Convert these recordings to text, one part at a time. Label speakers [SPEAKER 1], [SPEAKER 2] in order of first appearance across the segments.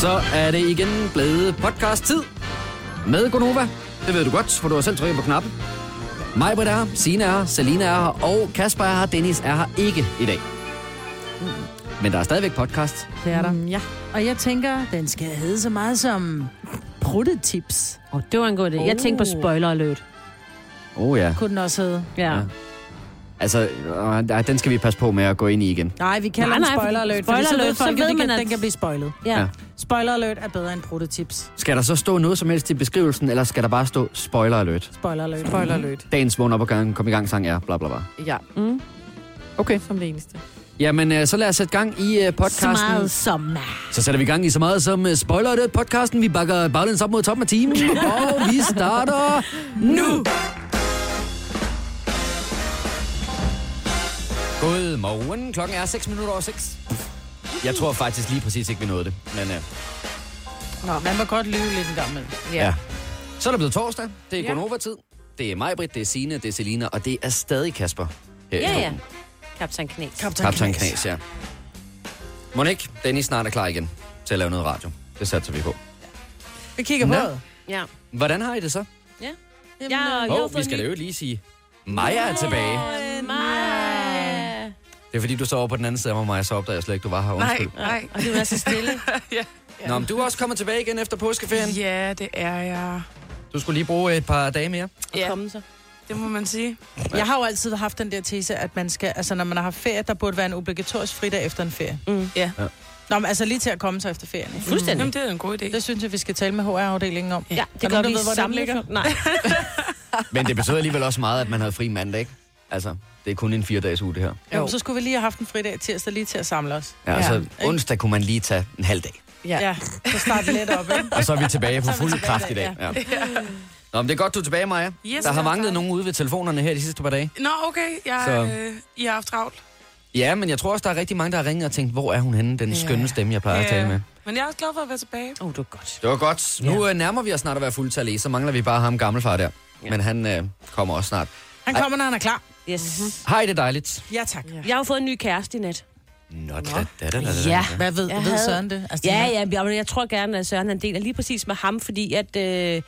[SPEAKER 1] Så er det igen blevet podcast-tid med Gonova. Det ved du godt, for du har selv trykket på knappen. Majbrit er her, Signe er her, Selina er her, og Kasper er her, Dennis er her ikke i dag. Men der er stadigvæk podcast.
[SPEAKER 2] Det er der.
[SPEAKER 3] Mm, ja.
[SPEAKER 2] Og jeg tænker, den skal hedde så meget som pruttetips.
[SPEAKER 3] Oh, det var en god idé. Jeg tænkte på
[SPEAKER 2] Oh.
[SPEAKER 3] spoiler alert.
[SPEAKER 1] Åh oh, ja.
[SPEAKER 2] Kunne den også hedde.
[SPEAKER 3] Ja.
[SPEAKER 1] Ja. Altså, øh, nej, den skal vi passe på med at gå ind i igen.
[SPEAKER 2] Nej, vi kalder
[SPEAKER 3] Nej,
[SPEAKER 2] den
[SPEAKER 3] nej,
[SPEAKER 2] spoiler
[SPEAKER 3] fordi-
[SPEAKER 2] alert.
[SPEAKER 3] spoiler
[SPEAKER 2] fordi så ved
[SPEAKER 3] alert, så
[SPEAKER 2] folk, jo,
[SPEAKER 3] ved
[SPEAKER 2] det
[SPEAKER 3] man,
[SPEAKER 2] kan,
[SPEAKER 3] at-
[SPEAKER 2] Den kan blive spoilet.
[SPEAKER 3] ja.
[SPEAKER 1] Ja.
[SPEAKER 2] Spoiler alert er bedre end prototips.
[SPEAKER 1] Skal der så stå noget som helst i beskrivelsen, eller skal der bare stå spoiler alert?
[SPEAKER 2] Spoiler alert.
[SPEAKER 4] Spoiler alert.
[SPEAKER 1] Dagens vågn op og gang, kom i gang, sang er, bla bla bla.
[SPEAKER 4] Ja,
[SPEAKER 3] Mm.
[SPEAKER 1] Okay.
[SPEAKER 4] som det eneste.
[SPEAKER 1] Jamen, øh, så lad os sætte gang i øh,
[SPEAKER 3] Så
[SPEAKER 1] podcasten.
[SPEAKER 3] meget som
[SPEAKER 1] Så sætter vi gang i så meget som øh, spoiler alert podcasten. Vi bakker baglæns op mod toppen af timen, og vi starter nu! Godmorgen. Klokken er 6 minutter over 6. Jeg tror faktisk lige præcis ikke, vi nåede det. Men øh,
[SPEAKER 2] Nå, man må godt lyve lidt en gang med.
[SPEAKER 1] Ja. Så er det blevet torsdag. Det er
[SPEAKER 4] Ja.
[SPEAKER 1] Gonova-tid. Det er mig, Britt, det er Signe, det er Selina, og det er stadig Kasper. Her i
[SPEAKER 3] Ja, ja.
[SPEAKER 1] stolen.
[SPEAKER 3] Kaptajn Knæs.
[SPEAKER 1] Kaptajn Knas, ja. Monik, Dennis snart er klar igen til at lave noget radio. Det satser vi på.
[SPEAKER 2] Vi kigger på
[SPEAKER 1] Nå.
[SPEAKER 2] det.
[SPEAKER 3] Ja.
[SPEAKER 1] Hvordan har I det så?
[SPEAKER 3] Ja,
[SPEAKER 2] Jamen,
[SPEAKER 3] jeg har
[SPEAKER 1] Hov, øh, vi
[SPEAKER 3] fået
[SPEAKER 1] skal
[SPEAKER 3] en
[SPEAKER 1] da
[SPEAKER 3] ny-
[SPEAKER 1] jo lige sige, Maja er tilbage.
[SPEAKER 3] Åh, øh, Maja.
[SPEAKER 1] Det er fordi, du så over på den anden side af mig, så opdagede jeg slet ikke, du var her.
[SPEAKER 4] Nej,
[SPEAKER 1] Undskyld.
[SPEAKER 4] nej.
[SPEAKER 3] Og du er så stille.
[SPEAKER 1] Nej. Nå, men du er også kommet tilbage igen efter påskeferien.
[SPEAKER 4] Ja, det er jeg.
[SPEAKER 1] Du skulle lige bruge et par dage mere.
[SPEAKER 3] Ja.
[SPEAKER 4] Ja.
[SPEAKER 3] Komme så.
[SPEAKER 4] Det må man sige.
[SPEAKER 2] øh, Jeg har jo altid haft den der tese, at man skal, altså når man har haft ferie, der burde være en obligatorisk fridag efter en ferie.
[SPEAKER 3] Mm.
[SPEAKER 4] Ja.
[SPEAKER 1] Ja.
[SPEAKER 2] Nå, men altså lige til at komme sig efter ferien. ikke? Mm.
[SPEAKER 3] Fuldstændig.
[SPEAKER 4] Jamen, det er en god idé.
[SPEAKER 2] Det synes jeg, vi skal tale med HR-afdelingen om.
[SPEAKER 3] Ja,
[SPEAKER 2] Er
[SPEAKER 3] det
[SPEAKER 2] der
[SPEAKER 3] gør
[SPEAKER 2] nogen,
[SPEAKER 3] vi
[SPEAKER 2] der ved, hvor den
[SPEAKER 3] sammen.
[SPEAKER 2] ligger?
[SPEAKER 3] Nej.
[SPEAKER 1] Men det betød alligevel også meget, at man havde fri mandag, ikke? Altså, det er kun en fire-dages uge, det her.
[SPEAKER 2] Jo. Jo, så skulle vi lige have haft en fridag tirsdag lige til at samle os.
[SPEAKER 1] Ja,
[SPEAKER 4] Ja.
[SPEAKER 1] altså, onsdag kunne man lige tage en halv dag.
[SPEAKER 2] Ja, ja så starter vi lidt op, ikke?
[SPEAKER 1] Og så er vi tilbage på
[SPEAKER 2] Så er vi
[SPEAKER 1] fuld
[SPEAKER 2] tilbage
[SPEAKER 1] kraft i
[SPEAKER 2] i
[SPEAKER 1] dag. Ja. Nå, men det er godt, du er tilbage, Maja.
[SPEAKER 4] Yes,
[SPEAKER 1] der har
[SPEAKER 4] tak,
[SPEAKER 1] manglet
[SPEAKER 4] tak.
[SPEAKER 1] nogen ude ved telefonerne her de sidste par dage.
[SPEAKER 4] Nå, okay. Jeg,
[SPEAKER 1] Så-
[SPEAKER 4] øh, I har haft travlt.
[SPEAKER 1] Ja, men jeg tror også, der er rigtig mange, der har ringet og tænkt, hvor er hun henne, den
[SPEAKER 3] Ja.
[SPEAKER 1] skønne stemme, jeg plejer at tale med.
[SPEAKER 4] Men jeg er også glad for at være tilbage.
[SPEAKER 3] Åh, oh, det var godt.
[SPEAKER 1] Det var godt. Nu øh, nærmer vi os snart at være fuldtallige, så mangler vi bare ham gammelfar der.
[SPEAKER 3] Ja.
[SPEAKER 1] Men han øh, kommer også snart.
[SPEAKER 2] Han kommer, når han er klar.
[SPEAKER 3] Yes.
[SPEAKER 1] Mhm. Hej, det er dejligt.
[SPEAKER 2] Ja, tak.
[SPEAKER 3] Jeg har jo fået en ny kæreste i nat.
[SPEAKER 1] Nå, da, da, da, da, da, da.
[SPEAKER 3] Ja.
[SPEAKER 2] Hvad ved,
[SPEAKER 3] Jeg
[SPEAKER 2] ved
[SPEAKER 3] havde-
[SPEAKER 2] Søren det? Altså,
[SPEAKER 3] Ja,
[SPEAKER 2] det-
[SPEAKER 3] ja, jeg, jeg tror gerne, at Søren han deler lige præcis med ham, fordi at, øh,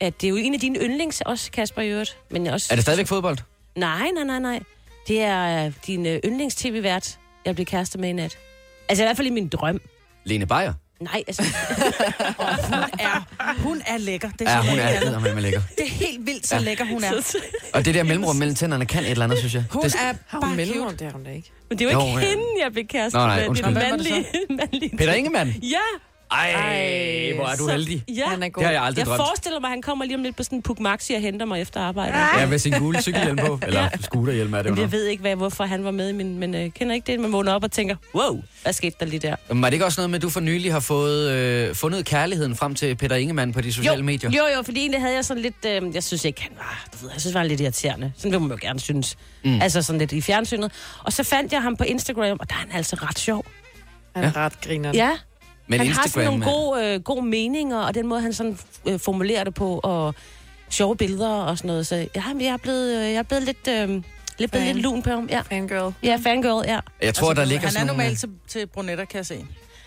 [SPEAKER 3] at det er jo en af dine yndlings, også Kasper i øvrigt. Men også,
[SPEAKER 1] Er det stadigvæk fodbold?
[SPEAKER 3] Nej, nej, nej, nej. Det er øh, din øh, yndlings-tv-vært, jeg bliver kæreste med i nat. Altså i hvert fald i min drøm.
[SPEAKER 1] Lene Beyer?
[SPEAKER 3] Nej, altså,
[SPEAKER 2] er, hun er lækker. Det,
[SPEAKER 1] Ja,
[SPEAKER 2] synes
[SPEAKER 1] hun
[SPEAKER 2] jeg,
[SPEAKER 1] er eddermame med lækker.
[SPEAKER 2] det er helt vildt, så ja. lækker hun er.
[SPEAKER 1] Og det der mellemrum mellem tænderne kan et eller andet, synes jeg.
[SPEAKER 2] Hun
[SPEAKER 1] Det,
[SPEAKER 2] er bare cute.
[SPEAKER 4] Mellemrum, det har hun da ikke.
[SPEAKER 3] men det er jo ikke
[SPEAKER 1] Jo,
[SPEAKER 3] jo,
[SPEAKER 1] ja.
[SPEAKER 3] ja. hende, jeg blev kæreste
[SPEAKER 1] Nå, nej,
[SPEAKER 3] med. Det
[SPEAKER 1] undskyld.
[SPEAKER 3] er den
[SPEAKER 2] Hvem var det
[SPEAKER 3] mandlige, mandlige.
[SPEAKER 1] Peter Ingemann?
[SPEAKER 3] Ja,
[SPEAKER 1] Ej,
[SPEAKER 4] Ej,
[SPEAKER 1] hvor er du
[SPEAKER 3] så-
[SPEAKER 1] heldig.
[SPEAKER 3] ja.
[SPEAKER 4] Han er god.
[SPEAKER 1] Det har jeg aldrig
[SPEAKER 3] Jeg
[SPEAKER 1] drømt.
[SPEAKER 3] forestiller mig, at han kommer lige om lidt på sådan en Puk Maxi og henter mig efter arbejde.
[SPEAKER 1] Ja, med sin gule cykelhjelm på. Eller scooterhjelm er det jo
[SPEAKER 3] Men
[SPEAKER 1] nok.
[SPEAKER 3] jeg ved ikke, hvad, hvorfor han var med, men, men øh, kender ikke det, man vågner op og tænker, wow, hvad skete der lige der?
[SPEAKER 1] Men var det ikke også noget med, at du for nylig har fået, øh, fundet kærligheden frem til Peter Ingemann på de sociale
[SPEAKER 3] jo,
[SPEAKER 1] medier?
[SPEAKER 3] Jo, jo, fordi egentlig havde jeg sådan lidt, øh, jeg synes ikke, han var, du ved, jeg synes, han var lidt irriterende. Sådan vil man jo gerne synes. Mm. Altså sådan lidt i fjernsynet. Og så fandt jeg ham på Instagram, og der er han altså ret sjov.
[SPEAKER 4] Han er ret griner.
[SPEAKER 3] Ja,
[SPEAKER 1] Men
[SPEAKER 3] han
[SPEAKER 1] Instagram,
[SPEAKER 3] har sådan
[SPEAKER 1] mand.
[SPEAKER 3] nogle gode, øh, gode meninger, og den måde, han sådan øh, formulerer det på, og sjove billeder og sådan noget. Så jeg, jeg er blevet, øh, jeg er blevet lidt, øh, lidt, blevet
[SPEAKER 4] Fan.
[SPEAKER 3] lidt lun på ham. Ja,
[SPEAKER 4] Fangirl.
[SPEAKER 3] ja fangirl, ja.
[SPEAKER 1] Jeg tror, altså, der ligger
[SPEAKER 2] han er
[SPEAKER 1] sådan nogle...
[SPEAKER 2] normalt til, til brunetter, kan jeg se.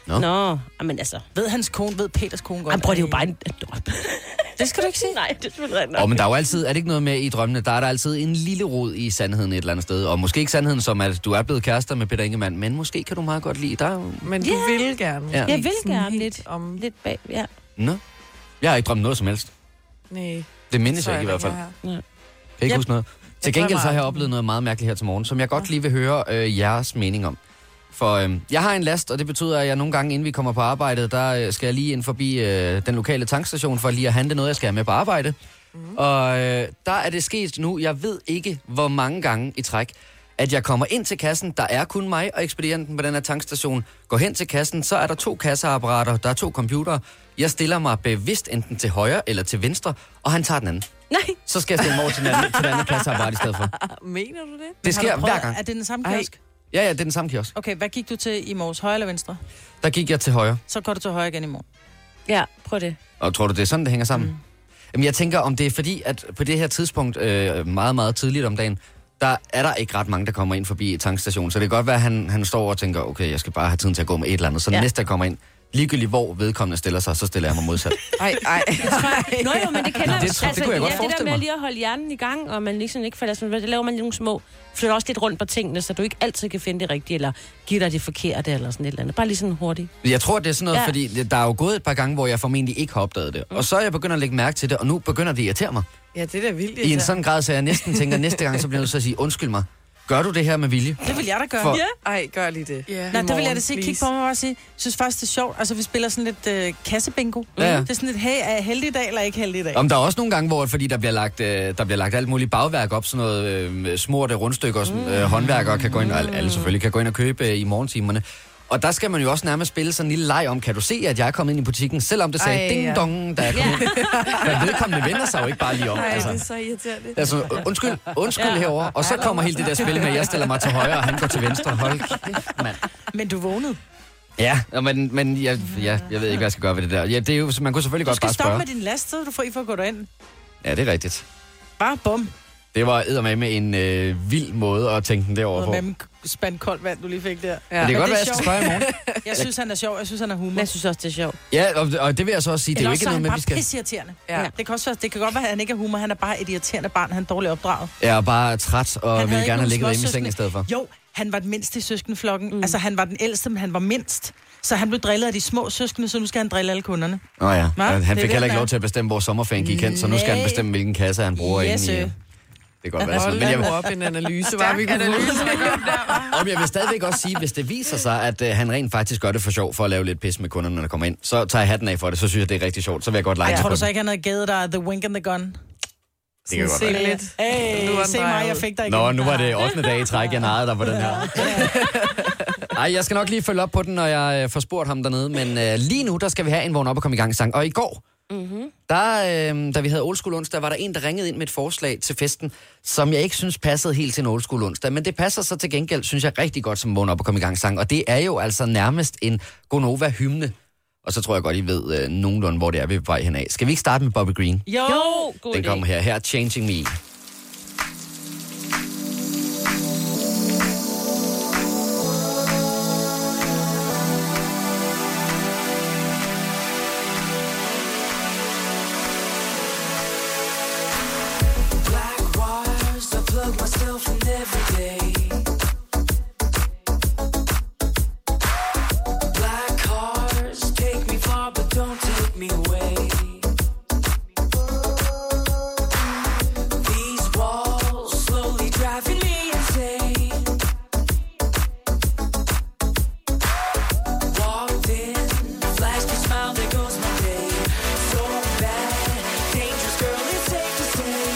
[SPEAKER 1] Nå.
[SPEAKER 3] Nå, Nå men altså.
[SPEAKER 2] Ved hans kone, ved Peters kone godt.
[SPEAKER 3] Han prøver det er jo bare en... Det skal du ikke sige. Nej, det er selvfølgelig rigtigt nok.
[SPEAKER 1] Åh, men der er jo altid, er det ikke noget med i drømmene, der er der altid en lille rod i sandheden et eller andet sted. Og måske ikke sandheden som, at du er blevet kærester med Peter Ingemann, men måske kan du meget godt lide dig.
[SPEAKER 4] Men du vil gerne.
[SPEAKER 1] Ja.
[SPEAKER 3] Jeg vil
[SPEAKER 4] Sådan
[SPEAKER 3] gerne
[SPEAKER 4] helt
[SPEAKER 3] lidt.
[SPEAKER 4] Om...
[SPEAKER 3] Lidt bag, ja.
[SPEAKER 1] Nå, jeg har ikke drømt noget som helst.
[SPEAKER 4] Nej.
[SPEAKER 1] Det mindes jeg ikke i hvert fald.
[SPEAKER 4] ringer
[SPEAKER 1] Kan ikke
[SPEAKER 2] Jeg-
[SPEAKER 1] huske noget. Til
[SPEAKER 4] tror, jeg
[SPEAKER 1] gengæld så har
[SPEAKER 4] var-
[SPEAKER 1] jeg oplevet noget meget mærkeligt her til morgen, som jeg godt lige vil høre øh, jeres mening om. For øh, jeg har en last, og det betyder, at jeg nogle gange, inden vi kommer på arbejde, der øh, skal jeg lige ind forbi øh, den lokale tankstation for lige at handle noget, jeg skal have med på arbejde. Mm. Og øh, der er det sket nu, jeg ved ikke, hvor mange gange i træk, at jeg kommer ind til kassen, der er kun mig og ekspedienten på den her tankstation, går hen til kassen, så er der to kasseapparater, der er to computere. Jeg stiller mig bevidst enten til højre eller til venstre, og han tager den anden
[SPEAKER 3] Nej,
[SPEAKER 1] så skal jeg stille mig over til den anden, til den anden klassearbejde i stedet for.
[SPEAKER 4] her. Mener du det?
[SPEAKER 1] Det sker hver gang.
[SPEAKER 2] Er det den samme
[SPEAKER 4] Ej.
[SPEAKER 2] kiosk?
[SPEAKER 1] Ja, ja, det er den samme kiosk.
[SPEAKER 2] Okay, hvad gik du til i morges? Højre eller venstre?
[SPEAKER 1] Der gik jeg til højre.
[SPEAKER 2] Så går du til højre igen i morgen.
[SPEAKER 3] ja, prøv det.
[SPEAKER 1] Og tror du, det er sådan, det hænger sammen? Mm. Jamen, jeg tænker, om det er fordi, at på det her tidspunkt, øh, meget, meget tidligt om dagen, der er der ikke ret mange, der kommer ind forbi tankstationen. Så det kan godt være, at han, han står og tænker, okay, jeg skal bare have tiden til at gå med et eller andet. Så ja.
[SPEAKER 3] Ja.
[SPEAKER 1] næste, der kommer ind, ligegyldigt hvor vedkommende stiller sig, så stiller jeg mig modsat.
[SPEAKER 4] Ej, ej.
[SPEAKER 3] Nå jo, men det kender altså,
[SPEAKER 1] Nå, det tror- det kunne jeg godt
[SPEAKER 3] ja, det der
[SPEAKER 1] forestille
[SPEAKER 3] med
[SPEAKER 1] mig.
[SPEAKER 3] lige at holde hjernen i gang, og man ligesom ikke falder sådan, det laver man nogle små, flytter også lidt rundt på tingene, så du ikke altid kan finde det rigtige, eller give dig det forkerte, eller sådan et eller andet. Bare lige sådan hurtigt.
[SPEAKER 1] Jeg tror, det er sådan noget, ja.
[SPEAKER 3] Ja.
[SPEAKER 1] fordi der er jo gået et par gange, hvor jeg formentlig ikke har opdaget det. Og så er jeg begyndt at lægge mærke til det, og nu begynder det at irritere mig.
[SPEAKER 4] Ja, det er da vildt. altså.
[SPEAKER 1] I en sådan grad, så jeg næsten tænker, at næste gang, så bliver jeg nødt til at sige, undskyld mig, gør du det her med vilje?
[SPEAKER 2] Det vil jeg da gøre.
[SPEAKER 1] For-
[SPEAKER 4] Ej, gør lige det.
[SPEAKER 2] Ja.
[SPEAKER 4] I
[SPEAKER 2] Nej, der vil jeg
[SPEAKER 4] morgen,
[SPEAKER 2] da sige,
[SPEAKER 4] please.
[SPEAKER 2] kig på mig og bare sige, synes faktisk, det er sjovt. Altså, vi spiller sådan lidt øh, kassebingo.
[SPEAKER 1] Ja, ja.
[SPEAKER 2] Det er sådan lidt, hey, er jeg heldig i dag, eller ikke heldig i dag?
[SPEAKER 1] Om der er også nogle gange, hvor fordi der bliver lagt, øh, der bliver lagt alt muligt bagværk op, sådan noget øh, smurte rundstykker, og sådan, øh, håndværkere kan gå ind, og alle- alle selvfølgelig kan gå ind og købe øh, i morgentimerne. Og der skal man jo også nærmest spille sådan en lille leg om, kan du se, at jeg er kommet ind i butikken, selvom det sagde
[SPEAKER 4] Ej, ja.
[SPEAKER 1] ding dong, da jeg kom ind. Men vedkommende vender sig jo ikke bare lige om.
[SPEAKER 4] Ej,
[SPEAKER 1] altså.
[SPEAKER 4] det er så irriterende.
[SPEAKER 1] Altså, undskyld, undskyld ja. herover Og så kommer hele det der spil med, at jeg stiller mig til højre, og han går til venstre. Hold kæft, mand.
[SPEAKER 2] Men du vågnede.
[SPEAKER 1] Ja, nå, men, men jeg, ja, jeg ved ikke, hvad jeg skal gøre ved det der. Ja, det er jo, man kunne selvfølgelig
[SPEAKER 2] Du
[SPEAKER 1] godt
[SPEAKER 2] skal
[SPEAKER 1] bare
[SPEAKER 2] stoppe
[SPEAKER 1] spørge.
[SPEAKER 2] med din last, så er du fri for at gå derind.
[SPEAKER 1] Ja, det er rigtigt.
[SPEAKER 2] Bare bum.
[SPEAKER 1] Det var eddermame med en øh, vild måde at tænke den derovre på.
[SPEAKER 2] Med dem spand koldt vand, du lige fik der.
[SPEAKER 1] Men det kan
[SPEAKER 2] Men
[SPEAKER 1] godt
[SPEAKER 2] det er
[SPEAKER 1] være, jeg skal
[SPEAKER 2] sjovt.
[SPEAKER 1] spørge i morgen.
[SPEAKER 2] Jeg synes, han er sjov. Jeg synes, han er humor.
[SPEAKER 3] Men jeg synes også, det er sjovt.
[SPEAKER 1] Ja, og, og det vil jeg så også sige, det er jo
[SPEAKER 2] Eller
[SPEAKER 1] ikke
[SPEAKER 2] også er
[SPEAKER 1] noget
[SPEAKER 2] han
[SPEAKER 1] med,
[SPEAKER 2] bare
[SPEAKER 1] vi skal...
[SPEAKER 2] pisseirriterende.
[SPEAKER 4] Ja.
[SPEAKER 2] Ja. Det, kan også være, det kan godt være, at han ikke er humor. Han er bare et irriterende barn. Han er dårligt opdraget.
[SPEAKER 1] Jeg er bare træt,
[SPEAKER 2] Han
[SPEAKER 1] og vil
[SPEAKER 2] havde ikke
[SPEAKER 1] gerne have
[SPEAKER 2] nogen
[SPEAKER 1] ligget hjemme i
[SPEAKER 2] småsøskende.
[SPEAKER 1] sengen i stedet for.
[SPEAKER 2] Jo, han var den mindste i søskenflokken. Mm. Altså, han var den ældste, men han var mindst. Så han blev drillet af de små søskende, så nu skal han drille alle kunderne.
[SPEAKER 1] Nå ja,
[SPEAKER 2] Hva?
[SPEAKER 1] han
[SPEAKER 2] Det er
[SPEAKER 1] fik
[SPEAKER 2] det,
[SPEAKER 1] heller ikke
[SPEAKER 2] han
[SPEAKER 1] lov
[SPEAKER 2] er.
[SPEAKER 1] til at bestemme, hvor sommerferien gik hen, så nu skal han
[SPEAKER 2] Nej.
[SPEAKER 1] bestemme, hvilken kasse han bruger
[SPEAKER 2] Yes,
[SPEAKER 1] inde i.
[SPEAKER 2] sir.
[SPEAKER 1] øh. Det kan godt være sådan
[SPEAKER 4] Hold
[SPEAKER 1] noget. Men jeg,
[SPEAKER 4] nu op en analyse, var vi kunne
[SPEAKER 1] Og jeg vil stadigvæk også sige, hvis det viser sig, at øh, han rent faktisk gør det for sjov, for at lave lidt pis med kunderne, når der kommer ind, så tager jeg hatten af for det, så synes jeg, det er rigtig sjovt. Så vil jeg godt lege
[SPEAKER 2] Ej,
[SPEAKER 1] lidt
[SPEAKER 2] tror
[SPEAKER 1] på
[SPEAKER 2] du så
[SPEAKER 1] den.
[SPEAKER 2] ikke, han havde givet dig The Wink and the Gun?
[SPEAKER 1] Det kan godt
[SPEAKER 4] se
[SPEAKER 1] være.
[SPEAKER 4] lidt. Nu er
[SPEAKER 2] Hey,
[SPEAKER 4] den
[SPEAKER 2] se
[SPEAKER 4] drejet
[SPEAKER 2] mig, jeg
[SPEAKER 4] ud.
[SPEAKER 2] fik dig igen.
[SPEAKER 1] Nå, nu var det 8. dag i træk, jeg narrede dig på den her. Ej, jeg skal nok lige følge op på den, når jeg øh, får spurgt ham dernede. Men øh, lige nu, der skal vi have en vågn op og komme i gang sang. Og i går, mm-hmm. der, øh, da vi havde Old School onsdag, var der en, der ringede ind med et forslag til festen, som jeg ikke synes passede helt til en Old School onsdag. Men det passer så til gengæld, synes jeg, rigtig godt som vågn op og komme i gang sang. Og det er jo altså nærmest en Gonova-hymne. Og så tror jeg godt, I ved øh, nogenlunde, hvor det er, vi er på vej henad. Skal vi ikke starte med Bobby Green?
[SPEAKER 2] Jo!
[SPEAKER 3] Jo, god
[SPEAKER 1] Den
[SPEAKER 3] idé.
[SPEAKER 1] kommer her. Her er Changing Me.
[SPEAKER 5] Black wires, I plug myself in every day. Black cars take me far, but don't take me away. These walls slowly driving me insane. Walked in, flashed a smile, there goes my day. So bad, dangerous girl, it's safe to say.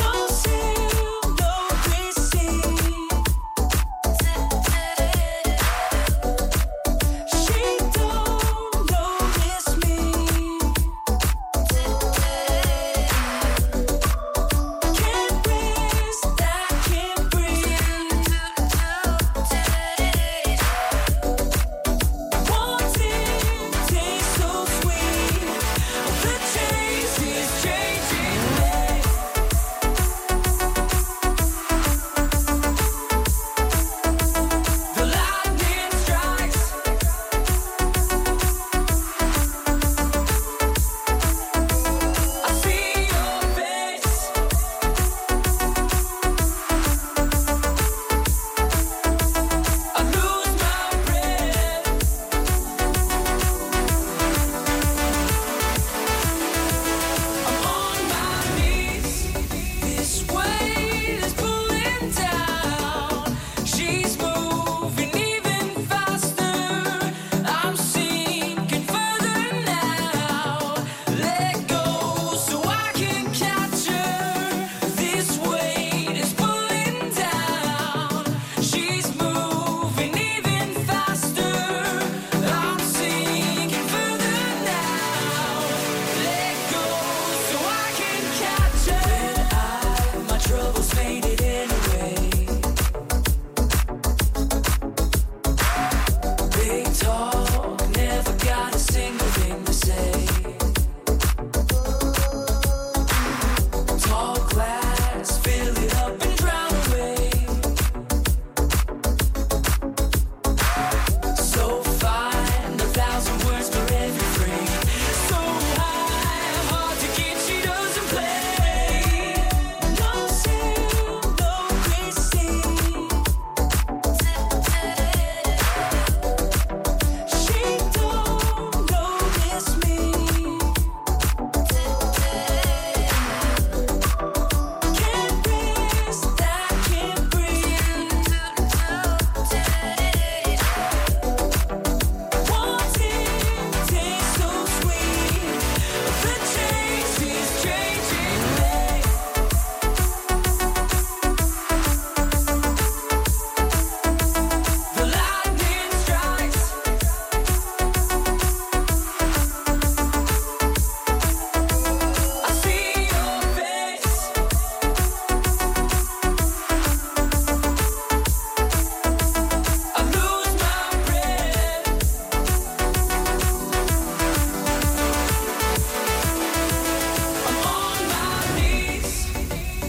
[SPEAKER 5] No sale, no receipt. She don't notice me.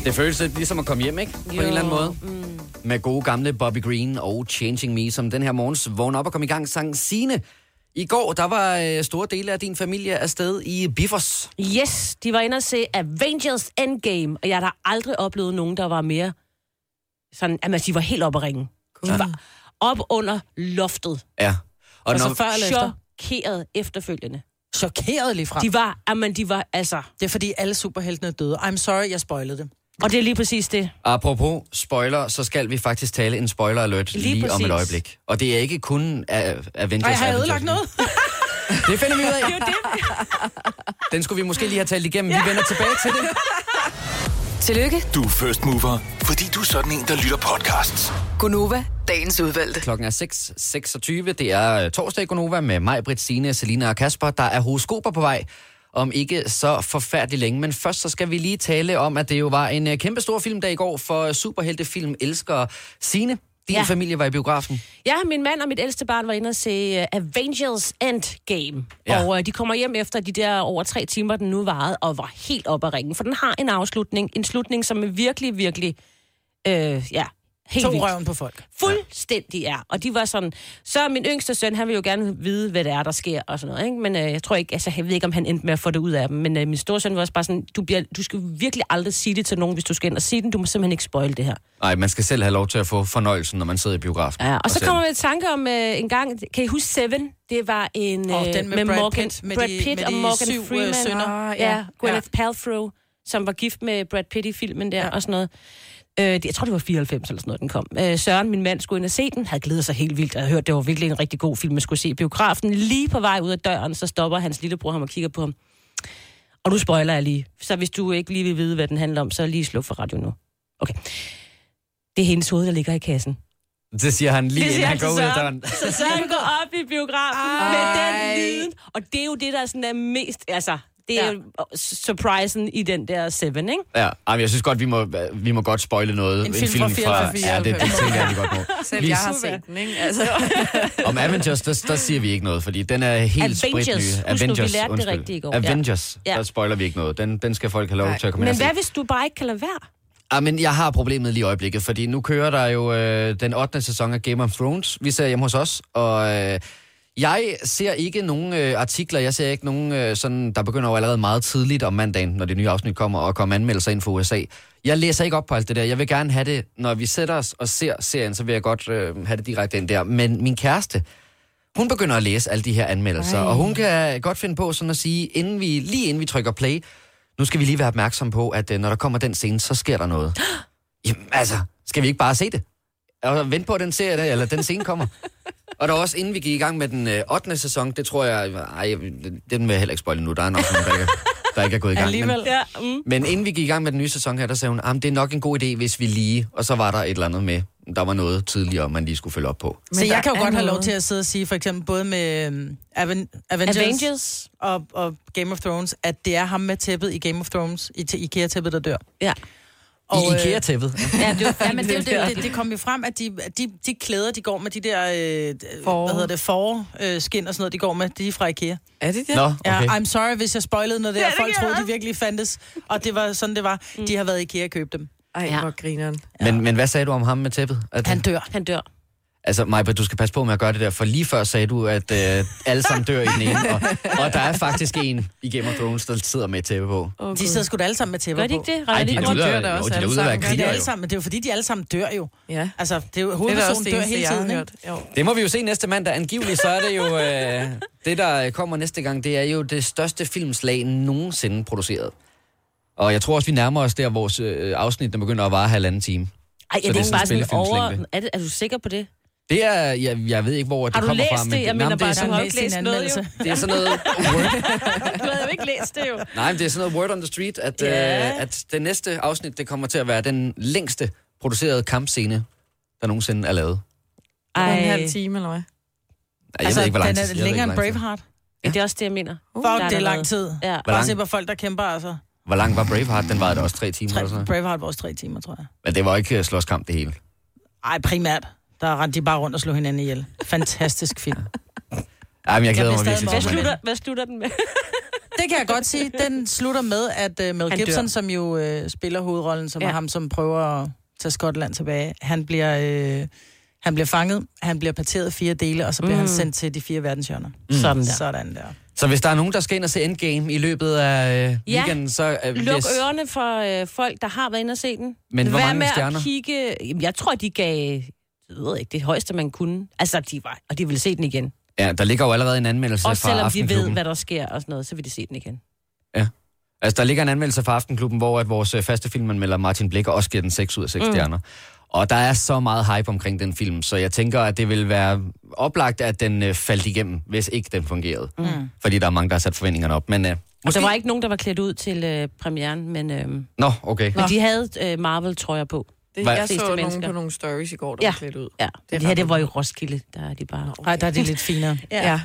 [SPEAKER 1] Det føles lidt ligesom at komme hjem, ikke? På en eller anden måde. Mm. Med gode gamle Bobby Green og Changing Me, som den her morgens vågn op og kom i gang sang Sine. I går, der var øh, store dele af din familie afsted i Biffers.
[SPEAKER 3] Yes, de var inde og se Avengers Endgame, og jeg har da aldrig oplevet nogen, der var mere sådan, at man de var helt oppe at ringe. Cool. De var op under loftet.
[SPEAKER 1] Ja. Og
[SPEAKER 2] Altså
[SPEAKER 1] når,
[SPEAKER 2] før- eller efter?
[SPEAKER 3] chokeret efterfølgende.
[SPEAKER 2] Chokeret lige frem.
[SPEAKER 3] De var, amen, de var, altså...
[SPEAKER 2] Det er fordi alle superheltene er døde. I'm sorry, jeg spoilede det.
[SPEAKER 3] Og det er lige præcis det.
[SPEAKER 1] Apropos spoiler, så skal vi faktisk tale en spoiler alert lige,
[SPEAKER 3] Lige
[SPEAKER 1] lige om
[SPEAKER 3] præcis.
[SPEAKER 1] et øjeblik. Og det er ikke kun af Avengers.
[SPEAKER 2] Nej, har jeg
[SPEAKER 1] Avengers.
[SPEAKER 2] ødelagt noget?
[SPEAKER 1] Det finder vi ud af. det Den skulle vi måske lige have talt igennem. Vi vender tilbage til det.
[SPEAKER 6] Tillykke,
[SPEAKER 7] Du er first mover, fordi du er sådan en, der lytter podcasts.
[SPEAKER 6] Gunova, dagens udvalgte.
[SPEAKER 1] Klokken er 6.26. Det er øh, torsdag i Gonova med mig, Britt, Signe, Selina og Kasper. Der er horoskoper på vej om ikke så forfærdelig længe. Men først så skal vi lige tale om, at det jo var en øh, kæmpe stor filmdag i går for øh, superheltefilm elsker Signe. Din ja.
[SPEAKER 3] Ja.
[SPEAKER 1] familie var i biografen.
[SPEAKER 3] Ja, min mand og mit ældste barn var inde og se uh, Avengers Endgame.
[SPEAKER 1] Ja.
[SPEAKER 3] Ja. Og uh, de kommer hjem efter de der over tre timer, den nu varede, og var helt oppe at ringe. For den har en afslutning. En slutning, som er virkelig, virkelig... Øh, ja, helt
[SPEAKER 2] To
[SPEAKER 3] vildt.
[SPEAKER 2] røven på folk.
[SPEAKER 3] Fuldstændig er. Og de var sådan... Så min yngste søn, han vil jo gerne vide, hvad det er, der sker og sådan noget. Ikke? Men øh, jeg tror ikke... Altså, jeg ved ikke, om han endte med at få det ud af dem. Men øh, min store søn var også bare sådan... Du, bliver, du skal virkelig aldrig sige det til nogen, hvis du skal ind og sige den. Du må simpelthen ikke spoil det her.
[SPEAKER 1] Nej, man skal selv have lov til at få fornøjelsen, når man sidder i biografen.
[SPEAKER 3] Ja, og så
[SPEAKER 1] selv-
[SPEAKER 3] kommer vi i tanke om øh, en gang, kan I huske Seven? Det var en
[SPEAKER 2] Åh,
[SPEAKER 3] øh,
[SPEAKER 2] den med Brad
[SPEAKER 3] Morgan,
[SPEAKER 2] Pitt, med
[SPEAKER 3] Brad
[SPEAKER 2] de-
[SPEAKER 3] Pitt
[SPEAKER 2] med
[SPEAKER 3] og
[SPEAKER 2] de
[SPEAKER 3] Morgan
[SPEAKER 2] syv, øh,
[SPEAKER 3] Freeman.
[SPEAKER 2] sønner.
[SPEAKER 4] Ah, ja.
[SPEAKER 3] ja, Gwyneth Paltrow, som var gift med Brad Pitt i filmen der ja. og sådan noget. Øh, det, jeg tror, det var 94 eller sådan noget, den kom. Øh, Søren, min mand, skulle ind og se den. Havde glædet sig helt vildt. Jeg havde hørt, det var virkelig en rigtig god film, man skulle se i biografen. Lige på vej ud af døren, så stopper hans lillebror ham og kigger på ham. Og nu spoiler jeg lige. Så hvis du ikke lige vil vide, hvad den handler om, så lige sluk for radioen nu. Okay. Det er hendes hoved, der ligger i kassen.
[SPEAKER 1] Det siger han lige,
[SPEAKER 3] Det
[SPEAKER 1] inden
[SPEAKER 3] siger
[SPEAKER 1] han
[SPEAKER 3] han
[SPEAKER 1] går
[SPEAKER 3] til
[SPEAKER 1] ud af
[SPEAKER 3] Søren.
[SPEAKER 1] døren.
[SPEAKER 3] Så Søren går op i biografen Ej. med den viden. Og det er jo det, der sådan er mest... Altså, det er ja. surprisen i den der Seven, ikke?
[SPEAKER 1] Ja, ej, men jeg synes godt, vi må, vi må godt spoile noget.
[SPEAKER 2] En film fra
[SPEAKER 1] Ja, det, det
[SPEAKER 2] 94.
[SPEAKER 1] tænker jeg, vi godt må.
[SPEAKER 4] Selv
[SPEAKER 1] Vi-
[SPEAKER 4] jeg har set den, ikke? Altså,
[SPEAKER 1] Om Avengers, der, der siger vi ikke noget, fordi den er helt
[SPEAKER 3] Avengers.
[SPEAKER 1] spritny.
[SPEAKER 3] Husk nu, vi lærte det rigtigt i går.
[SPEAKER 1] Avengers, ja.
[SPEAKER 3] Ja.
[SPEAKER 1] der spoiler vi ikke noget. Den, den skal folk have lov til at komme
[SPEAKER 3] Men
[SPEAKER 1] ind og
[SPEAKER 3] hvad
[SPEAKER 1] se.
[SPEAKER 3] hvis du bare ikke kan lade være?
[SPEAKER 1] Ah, men jeg har problemet lige i øjeblikket, fordi nu kører der jo øh, den 8. sæson af Game of Thrones. Vi ser hjemme hos os, og øh, jeg ser ikke nogen øh, artikler, jeg ser ikke nogen, øh, sådan, der begynder jo allerede meget tidligt om mandagen, når det nye afsnit kommer, og kommer anmeldelser ind fra USA. Jeg læser ikke op på alt det der. Jeg vil gerne have det, når vi sætter os og ser serien, så vil jeg godt øh, have det direkte ind der. Men min kæreste, hun begynder at læse alle de her anmeldelser, Ej. og hun kan godt finde på sådan at sige, inden vi, lige inden vi trykker play, nu skal vi lige være opmærksom på, at øh, når der kommer den scene, så sker der noget. Jamen altså, skal vi ikke bare se det? Og vente på, at den serie, der, eller den scene kommer. og der var også, inden vi gik i gang med den øh, 8. sæson, det tror jeg... Ej, jeg- den den vil jeg heller ikke spoile nu. Der er nok nogen, der ikke, er- der ikke er gået i gang. Men,
[SPEAKER 3] Ja, mm.
[SPEAKER 1] men inden vi gik i gang med den nye sæson her, der sagde hun, at det er nok en god idé, hvis vi lige... Og så var der et eller andet med, der var noget tidligere, man lige skulle følge op på.
[SPEAKER 2] Så
[SPEAKER 4] der
[SPEAKER 2] jeg kan jo
[SPEAKER 4] er
[SPEAKER 2] godt have lov
[SPEAKER 4] noget.
[SPEAKER 2] til at sidde og sige, for eksempel både med øhm, Aven- Avengers, Avengers.
[SPEAKER 3] Avengers.
[SPEAKER 2] Og, og Game of Thrones, at det er ham med tæppet i Game of Thrones, i t- IKEA-tæppet, der dør.
[SPEAKER 3] Ja.
[SPEAKER 1] Og, I
[SPEAKER 2] øh,
[SPEAKER 1] IKEA-tæppet.
[SPEAKER 3] Ja, det var,
[SPEAKER 2] Ja, men det, er jo det, det, det kom jo frem, at de, at de, de klæder, de går med, de der, øh,
[SPEAKER 4] Forår.
[SPEAKER 2] hvad hedder det, forårskin øh, skin og sådan noget, de går med, de er fra IKEA.
[SPEAKER 4] er det det?
[SPEAKER 1] Nå,
[SPEAKER 2] Ja,
[SPEAKER 1] okay.
[SPEAKER 2] I'm sorry, hvis jeg spoilede noget der. Ja, Folk troede, de virkelig fandtes. Og det var sådan, det var. Mm. De har været i IKEA og købt dem.
[SPEAKER 4] Ej,
[SPEAKER 3] Ja.
[SPEAKER 4] hvor grineren.
[SPEAKER 1] Men, men hvad sagde du om ham med tæppet? At,
[SPEAKER 2] Han dør.
[SPEAKER 3] Han dør.
[SPEAKER 1] Altså, Majbert, du skal passe på med at gøre det der, for lige før sagde du, at øh, alle sammen dør i den ene, og, og der er faktisk en i Game of Thrones, der sidder med et tæppe på.
[SPEAKER 4] Oh,
[SPEAKER 2] De sidder sgu da alle sammen med tæpper
[SPEAKER 3] Gør de ikke
[SPEAKER 2] på.
[SPEAKER 3] det?
[SPEAKER 1] Ej,
[SPEAKER 3] Regner
[SPEAKER 1] de,
[SPEAKER 3] det
[SPEAKER 1] er
[SPEAKER 3] ikke
[SPEAKER 4] dør
[SPEAKER 1] ude
[SPEAKER 3] rundt?
[SPEAKER 1] af-
[SPEAKER 4] da
[SPEAKER 1] jo,
[SPEAKER 4] også
[SPEAKER 1] de er
[SPEAKER 4] alle
[SPEAKER 1] ude af at
[SPEAKER 4] sammen, gør
[SPEAKER 1] være
[SPEAKER 4] de
[SPEAKER 2] De er
[SPEAKER 1] krigere,
[SPEAKER 2] alle
[SPEAKER 1] jo.
[SPEAKER 2] sammen, men det er jo fordi, de alle sammen dør jo.
[SPEAKER 4] Ja.
[SPEAKER 2] Altså, det er
[SPEAKER 4] Det
[SPEAKER 2] jo,
[SPEAKER 4] er da også
[SPEAKER 2] hovedpersonen
[SPEAKER 4] det
[SPEAKER 2] dør
[SPEAKER 4] eneste,
[SPEAKER 2] hele
[SPEAKER 4] jeg har
[SPEAKER 2] tiden, ikke?
[SPEAKER 4] hørt. Jo.
[SPEAKER 1] Det må vi jo se næste mandag. Angiveligt så er det jo... Øh, det, der kommer næste gang, det er jo det største filmslag nogensinde produceret. Og jeg tror også, vi nærmer os der, hvor øh, afsnittene begynder at vare halvanden time.
[SPEAKER 3] Ej,
[SPEAKER 1] Så
[SPEAKER 3] er
[SPEAKER 1] det
[SPEAKER 3] det
[SPEAKER 1] er
[SPEAKER 3] ikke
[SPEAKER 1] sådan
[SPEAKER 3] bare sådan
[SPEAKER 1] spillefilmslængde.
[SPEAKER 3] over... Er, det, er du sikker på det?
[SPEAKER 1] Det er... Jeg, jeg ved ikke, hvor det
[SPEAKER 3] Har du
[SPEAKER 1] kommer
[SPEAKER 3] læst
[SPEAKER 1] fra,
[SPEAKER 3] det? Jeg
[SPEAKER 1] Nå,
[SPEAKER 3] mener
[SPEAKER 1] det, er
[SPEAKER 3] bare, du
[SPEAKER 1] sådan,
[SPEAKER 3] har
[SPEAKER 2] læst altså.
[SPEAKER 3] ikke
[SPEAKER 2] en
[SPEAKER 3] læst noget,
[SPEAKER 2] anmeldelse.
[SPEAKER 3] jo.
[SPEAKER 1] det er sådan noget... Word,
[SPEAKER 3] Du havde jo ikke læst det, jo.
[SPEAKER 1] nej, men det er sådan noget word on the street, at,
[SPEAKER 3] Ja.
[SPEAKER 1] øh, at det næste afsnit, det kommer til at være den længste producerede kampscene, der nogensinde er lavet.
[SPEAKER 4] Ej.
[SPEAKER 3] Ej,
[SPEAKER 4] En halv time, eller hvad?
[SPEAKER 1] Ej, Jeg altså, ved ikke, hvor lang tid.
[SPEAKER 2] den
[SPEAKER 1] jeg
[SPEAKER 2] er
[SPEAKER 1] ved ikke,
[SPEAKER 2] længere end
[SPEAKER 1] hvor lang tid.
[SPEAKER 2] Braveheart. Uh.
[SPEAKER 3] det er også det, jeg mener.
[SPEAKER 2] Fuck,
[SPEAKER 3] Der er
[SPEAKER 2] det er
[SPEAKER 3] der
[SPEAKER 2] lang
[SPEAKER 3] noget.
[SPEAKER 2] tid.
[SPEAKER 3] Ja.
[SPEAKER 1] Hvor
[SPEAKER 2] Bare
[SPEAKER 1] lang-
[SPEAKER 2] se, hvor folk der kæmper, altså.
[SPEAKER 1] Hvor lang var Braveheart? Den varede da også tre timer.
[SPEAKER 2] Tre,
[SPEAKER 1] Eller sådan noget.
[SPEAKER 2] Braveheart var også tre timer, tror jeg.
[SPEAKER 1] Men det var ikke øh, slåskamp det hele.
[SPEAKER 2] Ej, primært. Der rendte de bare rundt og slog hinanden ihjel. Fantastisk film.
[SPEAKER 1] Ej, men jeg glæder
[SPEAKER 2] bliver
[SPEAKER 1] mig
[SPEAKER 2] stadig
[SPEAKER 1] virkelig
[SPEAKER 2] meget
[SPEAKER 1] til
[SPEAKER 3] Hvad
[SPEAKER 1] mandag.
[SPEAKER 3] slutter, hvad slutter den med?
[SPEAKER 2] det kan jeg godt sige. Den slutter med, at uh, Mel
[SPEAKER 3] Han
[SPEAKER 2] Gibson,
[SPEAKER 3] dør.
[SPEAKER 2] som jo uh, spiller hovedrollen, som ja.
[SPEAKER 3] Ja.
[SPEAKER 2] er ham, som prøver at tage Skotland tilbage, han bliver, uh, han bliver fanget, han bliver parteret i fire dele, og så bliver mm. han sendt til de fire verdenshjørner. Mm.
[SPEAKER 3] Sådan der.
[SPEAKER 2] Sådan der.
[SPEAKER 1] Så hvis der er nogen, der skal ind og se Endgame i løbet af øh,
[SPEAKER 3] Ja.
[SPEAKER 1] weekenden, så... Øh,
[SPEAKER 3] Luk ørerne for øh, folk, der har været inde og se den.
[SPEAKER 1] Men hvor
[SPEAKER 3] Vær
[SPEAKER 1] mange
[SPEAKER 3] med
[SPEAKER 1] stjerner?
[SPEAKER 3] At kigge... Jamen, jeg tror, de gav jeg ved ikke, det højeste, man kunne. Altså, de var, og de ville se den igen.
[SPEAKER 1] Ja, der ligger jo allerede en anmeldelse
[SPEAKER 3] Også
[SPEAKER 1] Altså, fra
[SPEAKER 3] selvom de
[SPEAKER 1] Aftenklubben.
[SPEAKER 3] ved, hvad der sker og sådan noget, så vil de se den igen.
[SPEAKER 1] Altså, der ligger en anmeldelse fra Aftenklubben, hvor at vores øh, faste filmanmelder Martin Blikker også giver den 6 ud af 6 mm. stjerner. Og der er så meget hype omkring den film, så jeg tænker, at det vil være oplagt, at den øh, faldt igennem, hvis ikke den fungerede. Mm. Fordi der er mange, der har sat forventningerne op. Men, øh,
[SPEAKER 3] Og
[SPEAKER 1] måske...
[SPEAKER 3] Altså, der var ikke nogen, der var klædt ud til øh, premieren, men, øh, men
[SPEAKER 1] Nå, okay. Nå.
[SPEAKER 3] de havde øh, Marvel-trøjer på.
[SPEAKER 4] Det,
[SPEAKER 1] Hvad-
[SPEAKER 4] jeg
[SPEAKER 3] Fleste
[SPEAKER 4] så nogen
[SPEAKER 3] mennesker.
[SPEAKER 4] på nogle stories i går, der ja.
[SPEAKER 3] Ja.
[SPEAKER 4] var klædt ud.
[SPEAKER 3] Ja, det, det her, det var i Roskilde, der er de bare...
[SPEAKER 2] Nej, der er det lidt finere.
[SPEAKER 4] Ja. ja.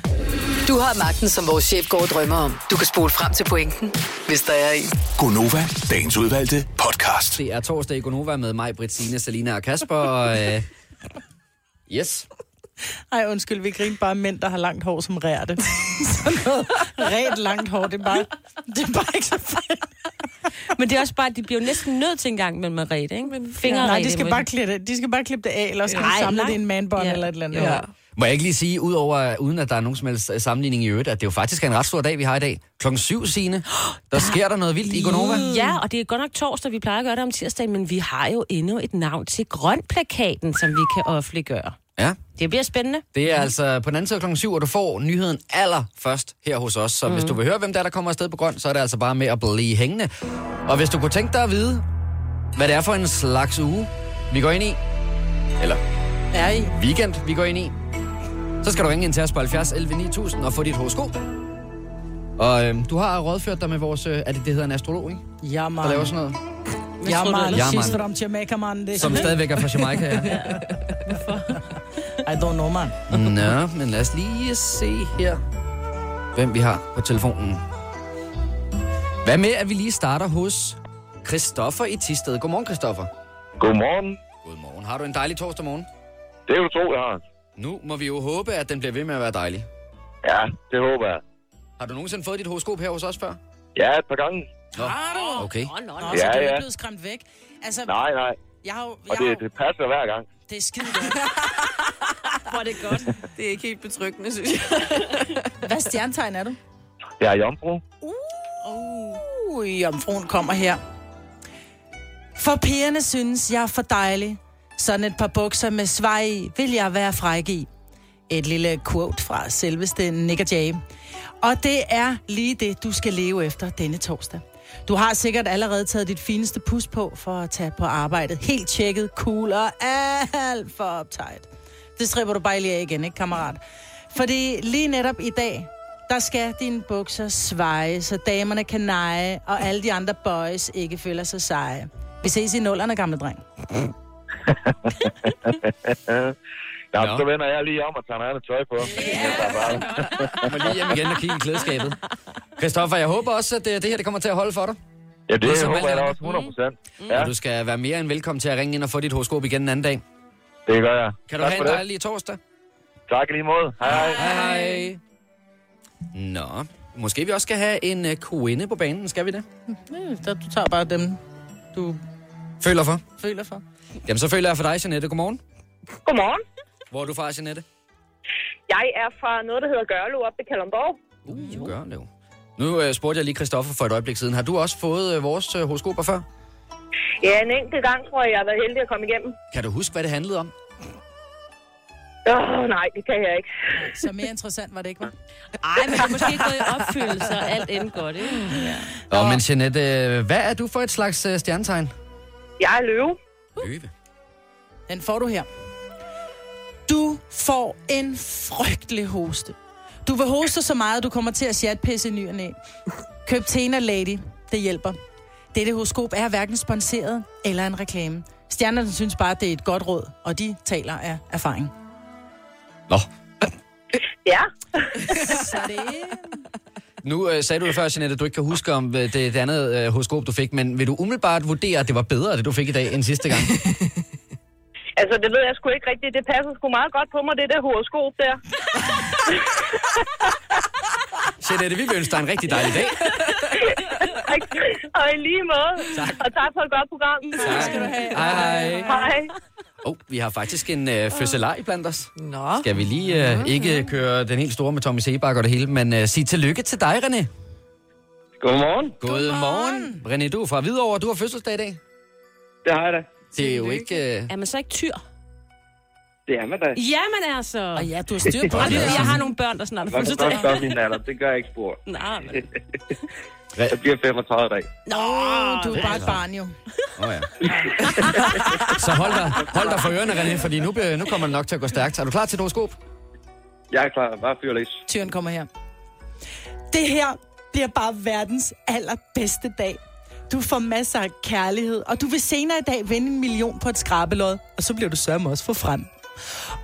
[SPEAKER 6] Du har magten, som vores chef går og drømmer om. Du kan spole frem til pointen, hvis der er en.
[SPEAKER 7] Gonova, dagens udvalgte podcast.
[SPEAKER 1] Det er torsdag i Gonova med mig, Britt, Signe, Selina og Kasper. Og, øh, yes.
[SPEAKER 2] Ej, undskyld, vi griner bare af mænd, der har langt hår som rær det. Sådan noget ret langt hår, det er bare, det er bare ikke så fedt.
[SPEAKER 3] Men det er også bare, at de bliver jo næsten nødt til en gang med Margrethe, ikke? Men fingre
[SPEAKER 2] Nej, de skal bare klippe det, de skal bare klippe det af, eller så skal
[SPEAKER 3] Ej,
[SPEAKER 2] de samle det i
[SPEAKER 3] nej.
[SPEAKER 2] en manbånd
[SPEAKER 3] Ja.
[SPEAKER 2] eller et eller andet.
[SPEAKER 4] ja.
[SPEAKER 1] Må jeg ikke lige sige, udover, uden at der er nogen som helst øh, sammenligning i øvrigt, at det jo faktisk er en ret stor dag, vi har i dag. Klokken syv, Signe. Der sker der noget vildt i Gonova.
[SPEAKER 3] Ja, og det er godt nok torsdag, vi plejer at gøre det om tirsdagen, men vi har jo endnu et navn til grønplakaten, som vi kan offentliggøre.
[SPEAKER 1] Ja.
[SPEAKER 3] Det bliver spændende.
[SPEAKER 1] Det er altså på den anden side af klokken 7, og du får nyheden allerførst her hos os. Så mm. hvis
[SPEAKER 2] Mhm.
[SPEAKER 1] du vil høre, hvem der er, der kommer afsted på grøn, så er det altså bare med at blive hængende. Og hvis du kunne tænke dig at vide, hvad det er for en slags uge, vi går ind i, eller
[SPEAKER 2] Er I?
[SPEAKER 1] weekend, vi går ind i, så skal du ringe ind til os på 70 11 9000 og få dit horoskop. Og øhm, du har rådført dig med vores, øh, er det det hedder en astrolog, ikke?
[SPEAKER 2] Ja,
[SPEAKER 1] Der
[SPEAKER 2] man.
[SPEAKER 1] laver sådan noget,
[SPEAKER 2] Ja, man.
[SPEAKER 1] Ja, man.
[SPEAKER 2] She's from Jamaica, man. Det.
[SPEAKER 1] som stadigvæk er fra Jamaica. Ja.
[SPEAKER 2] I don't know, man.
[SPEAKER 1] Nå, men lad os lige se her, hvem vi har på telefonen. Hvad med, at vi lige starter hos Christoffer i Tisted. Godmorgen, Christoffer.
[SPEAKER 8] Godmorgen.
[SPEAKER 1] Godmorgen. Har du en dejlig torsdag morgen?
[SPEAKER 8] Det er jo to, jeg har.
[SPEAKER 1] Nu må vi jo håbe, at den bliver ved med at være dejlig.
[SPEAKER 8] Ja, det håber jeg.
[SPEAKER 1] Har du nogensinde fået dit horoskop her hos os før?
[SPEAKER 8] Ja, et par gange.
[SPEAKER 1] Nå,
[SPEAKER 2] Ah,
[SPEAKER 1] okay.
[SPEAKER 3] Nå, nå,
[SPEAKER 2] Nå,
[SPEAKER 3] nå.
[SPEAKER 2] så
[SPEAKER 8] Ja,
[SPEAKER 2] du er
[SPEAKER 8] ja.
[SPEAKER 2] blevet skræmt væk. Altså,
[SPEAKER 8] Nej, nej.
[SPEAKER 2] jeg har jo...
[SPEAKER 8] Og
[SPEAKER 2] Jeg har,
[SPEAKER 8] det,
[SPEAKER 2] jo-
[SPEAKER 8] det passer hver gang.
[SPEAKER 2] det er skide godt.
[SPEAKER 3] Hvor er det godt.
[SPEAKER 4] Det er ikke helt betryggende, synes jeg.
[SPEAKER 2] Hvad stjernetegn er du?
[SPEAKER 8] Jeg er jomfru.
[SPEAKER 2] Uh, jomfruen kommer her. For pigerne synes, jeg er for dejlig. Sådan et par bukser med svej i, vil jeg være fræk i. Et lille quote fra selveste Nick Jay. Og det er lige det, du skal leve efter denne torsdag. Du har sikkert allerede taget dit fineste pus på for at tage på arbejdet. Helt tjekket, cool og alt for optaget. Det stripper du bare lige af igen, ikke kammerat? Fordi lige netop i dag, der skal dine bukser sveje, så damerne kan neje, og alle de andre boys ikke føler sig seje. Vi ses i nullerne, gamle dreng.
[SPEAKER 8] Nå,
[SPEAKER 1] Nå.
[SPEAKER 8] så vender jeg lige om og tager noget andet tøj på.
[SPEAKER 1] Jeg må lige hjem igen og kigge i klædeskabet. Christoffer, jeg håber også, at øh, det, det her det kommer til at holde for dig.
[SPEAKER 8] Ja, det
[SPEAKER 1] Det er som
[SPEAKER 8] håber jeg da
[SPEAKER 1] alt
[SPEAKER 8] også 100 procent. Ja,
[SPEAKER 1] Mm. Og du skal være mere end velkommen til at ringe ind og få dit horoskop igen en anden dag.
[SPEAKER 8] det gør jeg.
[SPEAKER 1] Kan du
[SPEAKER 8] tak
[SPEAKER 1] have
[SPEAKER 8] for
[SPEAKER 1] en
[SPEAKER 8] det.
[SPEAKER 1] dejlig torsdag?
[SPEAKER 8] Tak i lige måde. Hej, hej.
[SPEAKER 1] Hej. Hej. Nå, måske vi også skal have en øh, kvinde på banen, skal vi det?
[SPEAKER 2] Mm, Så du tager bare dem, du
[SPEAKER 1] Føler for.
[SPEAKER 2] føler for.
[SPEAKER 1] Jamen, så føler jeg for dig, Jeanette. Godmorgen.
[SPEAKER 9] Godmorgen.
[SPEAKER 1] Hvor er du fra, Jeanette?
[SPEAKER 9] Jeg er fra noget, der hedder Gørlo oppe ved Kalundborg.
[SPEAKER 1] Uh, du gør det jo. Nu øh, spurgte jeg lige Christoffer for et øjeblik siden. Har du også fået øh, vores øh, horoskoper før?
[SPEAKER 9] Ja, en enkelt gang tror jeg, jeg har været heldig at komme igennem.
[SPEAKER 1] Kan du huske, hvad det handlede om?
[SPEAKER 9] Åh, oh, nej, det kan jeg ikke.
[SPEAKER 2] Så mere interessant var det ikke, var?
[SPEAKER 3] Ej, men det er måske gået i opfyldelse, og alt endte godt, ikke?
[SPEAKER 1] Nå, men Jeanette, øh, hvad er du for et slags øh, stjernetegn?
[SPEAKER 9] Jeg er løve.
[SPEAKER 1] Løve.
[SPEAKER 2] Den får du her. Du får en frygtelig hoste. Du vil hoste så meget, at du kommer til at chatpisse i ny og næ. Køb Tena Lady. Det hjælper. Dette horoskop er hverken sponsoreret eller en reklame. Stjernerne synes bare, at det er et godt råd, og de taler af erfaring.
[SPEAKER 1] Nå.
[SPEAKER 9] Ja,
[SPEAKER 2] Så det er...
[SPEAKER 1] Nu øh, sagde du det før, Jeanette, at du ikke kan huske om øh, det, det andet øh, horoskop, du fik, men vil du umiddelbart vurdere, at det var bedre, det du fik i dag, end sidste gang?
[SPEAKER 9] altså det ved jeg sgu ikke rigtigt. Det passer sgu meget godt på mig, det der horoskop der.
[SPEAKER 1] Jeanette, vi vil ønske dig en rigtig dejlig dag.
[SPEAKER 9] og i lige måde.
[SPEAKER 1] Tak.
[SPEAKER 9] Og tak for et godt program.
[SPEAKER 1] Tak.
[SPEAKER 2] skal du have.
[SPEAKER 1] Hej, hej.
[SPEAKER 9] Hej.
[SPEAKER 1] Åh, oh, vi har faktisk en øh, fødselaj blandt os.
[SPEAKER 4] Nå,
[SPEAKER 1] Skal vi lige øh, ikke køre den helt store med Tommy Sebak og det hele, men øh, sig tillykke til dig, René.
[SPEAKER 8] Godmorgen.
[SPEAKER 1] Godmorgen. René, du er fra Hvidovre, og du har fødselsdag i dag.
[SPEAKER 8] Det har jeg da.
[SPEAKER 1] Det er jo ikke... Øh,
[SPEAKER 3] Er man så ikke tyr?
[SPEAKER 8] Det er man da.
[SPEAKER 3] Ja, man er så.
[SPEAKER 2] Og ja, du har styr på
[SPEAKER 3] Og
[SPEAKER 2] det.
[SPEAKER 3] det, er, fordi, jeg har nogle børn, der snart har
[SPEAKER 8] Man kan godt
[SPEAKER 3] fødselsdag.
[SPEAKER 8] stoppe min alder. Det gør jeg ikke spor.
[SPEAKER 3] Nej, men...
[SPEAKER 8] Jeg bliver 35 i dag.
[SPEAKER 2] Nå, du er bare et barn jo.
[SPEAKER 1] Oh, ja. Så hold dig, hold dig for ørerne, René, fordi nu, be- nu kommer det nok til at gå stærkt. Er du klar til et horoskop?
[SPEAKER 8] Jeg er klar. Bare fyr løs.
[SPEAKER 2] Tyren kommer her. Det her bliver bare verdens allerbedste dag. Du får masser af kærlighed, og du vil senere i dag vinde en million på et skrabelod, og så bliver du sørme også for frem.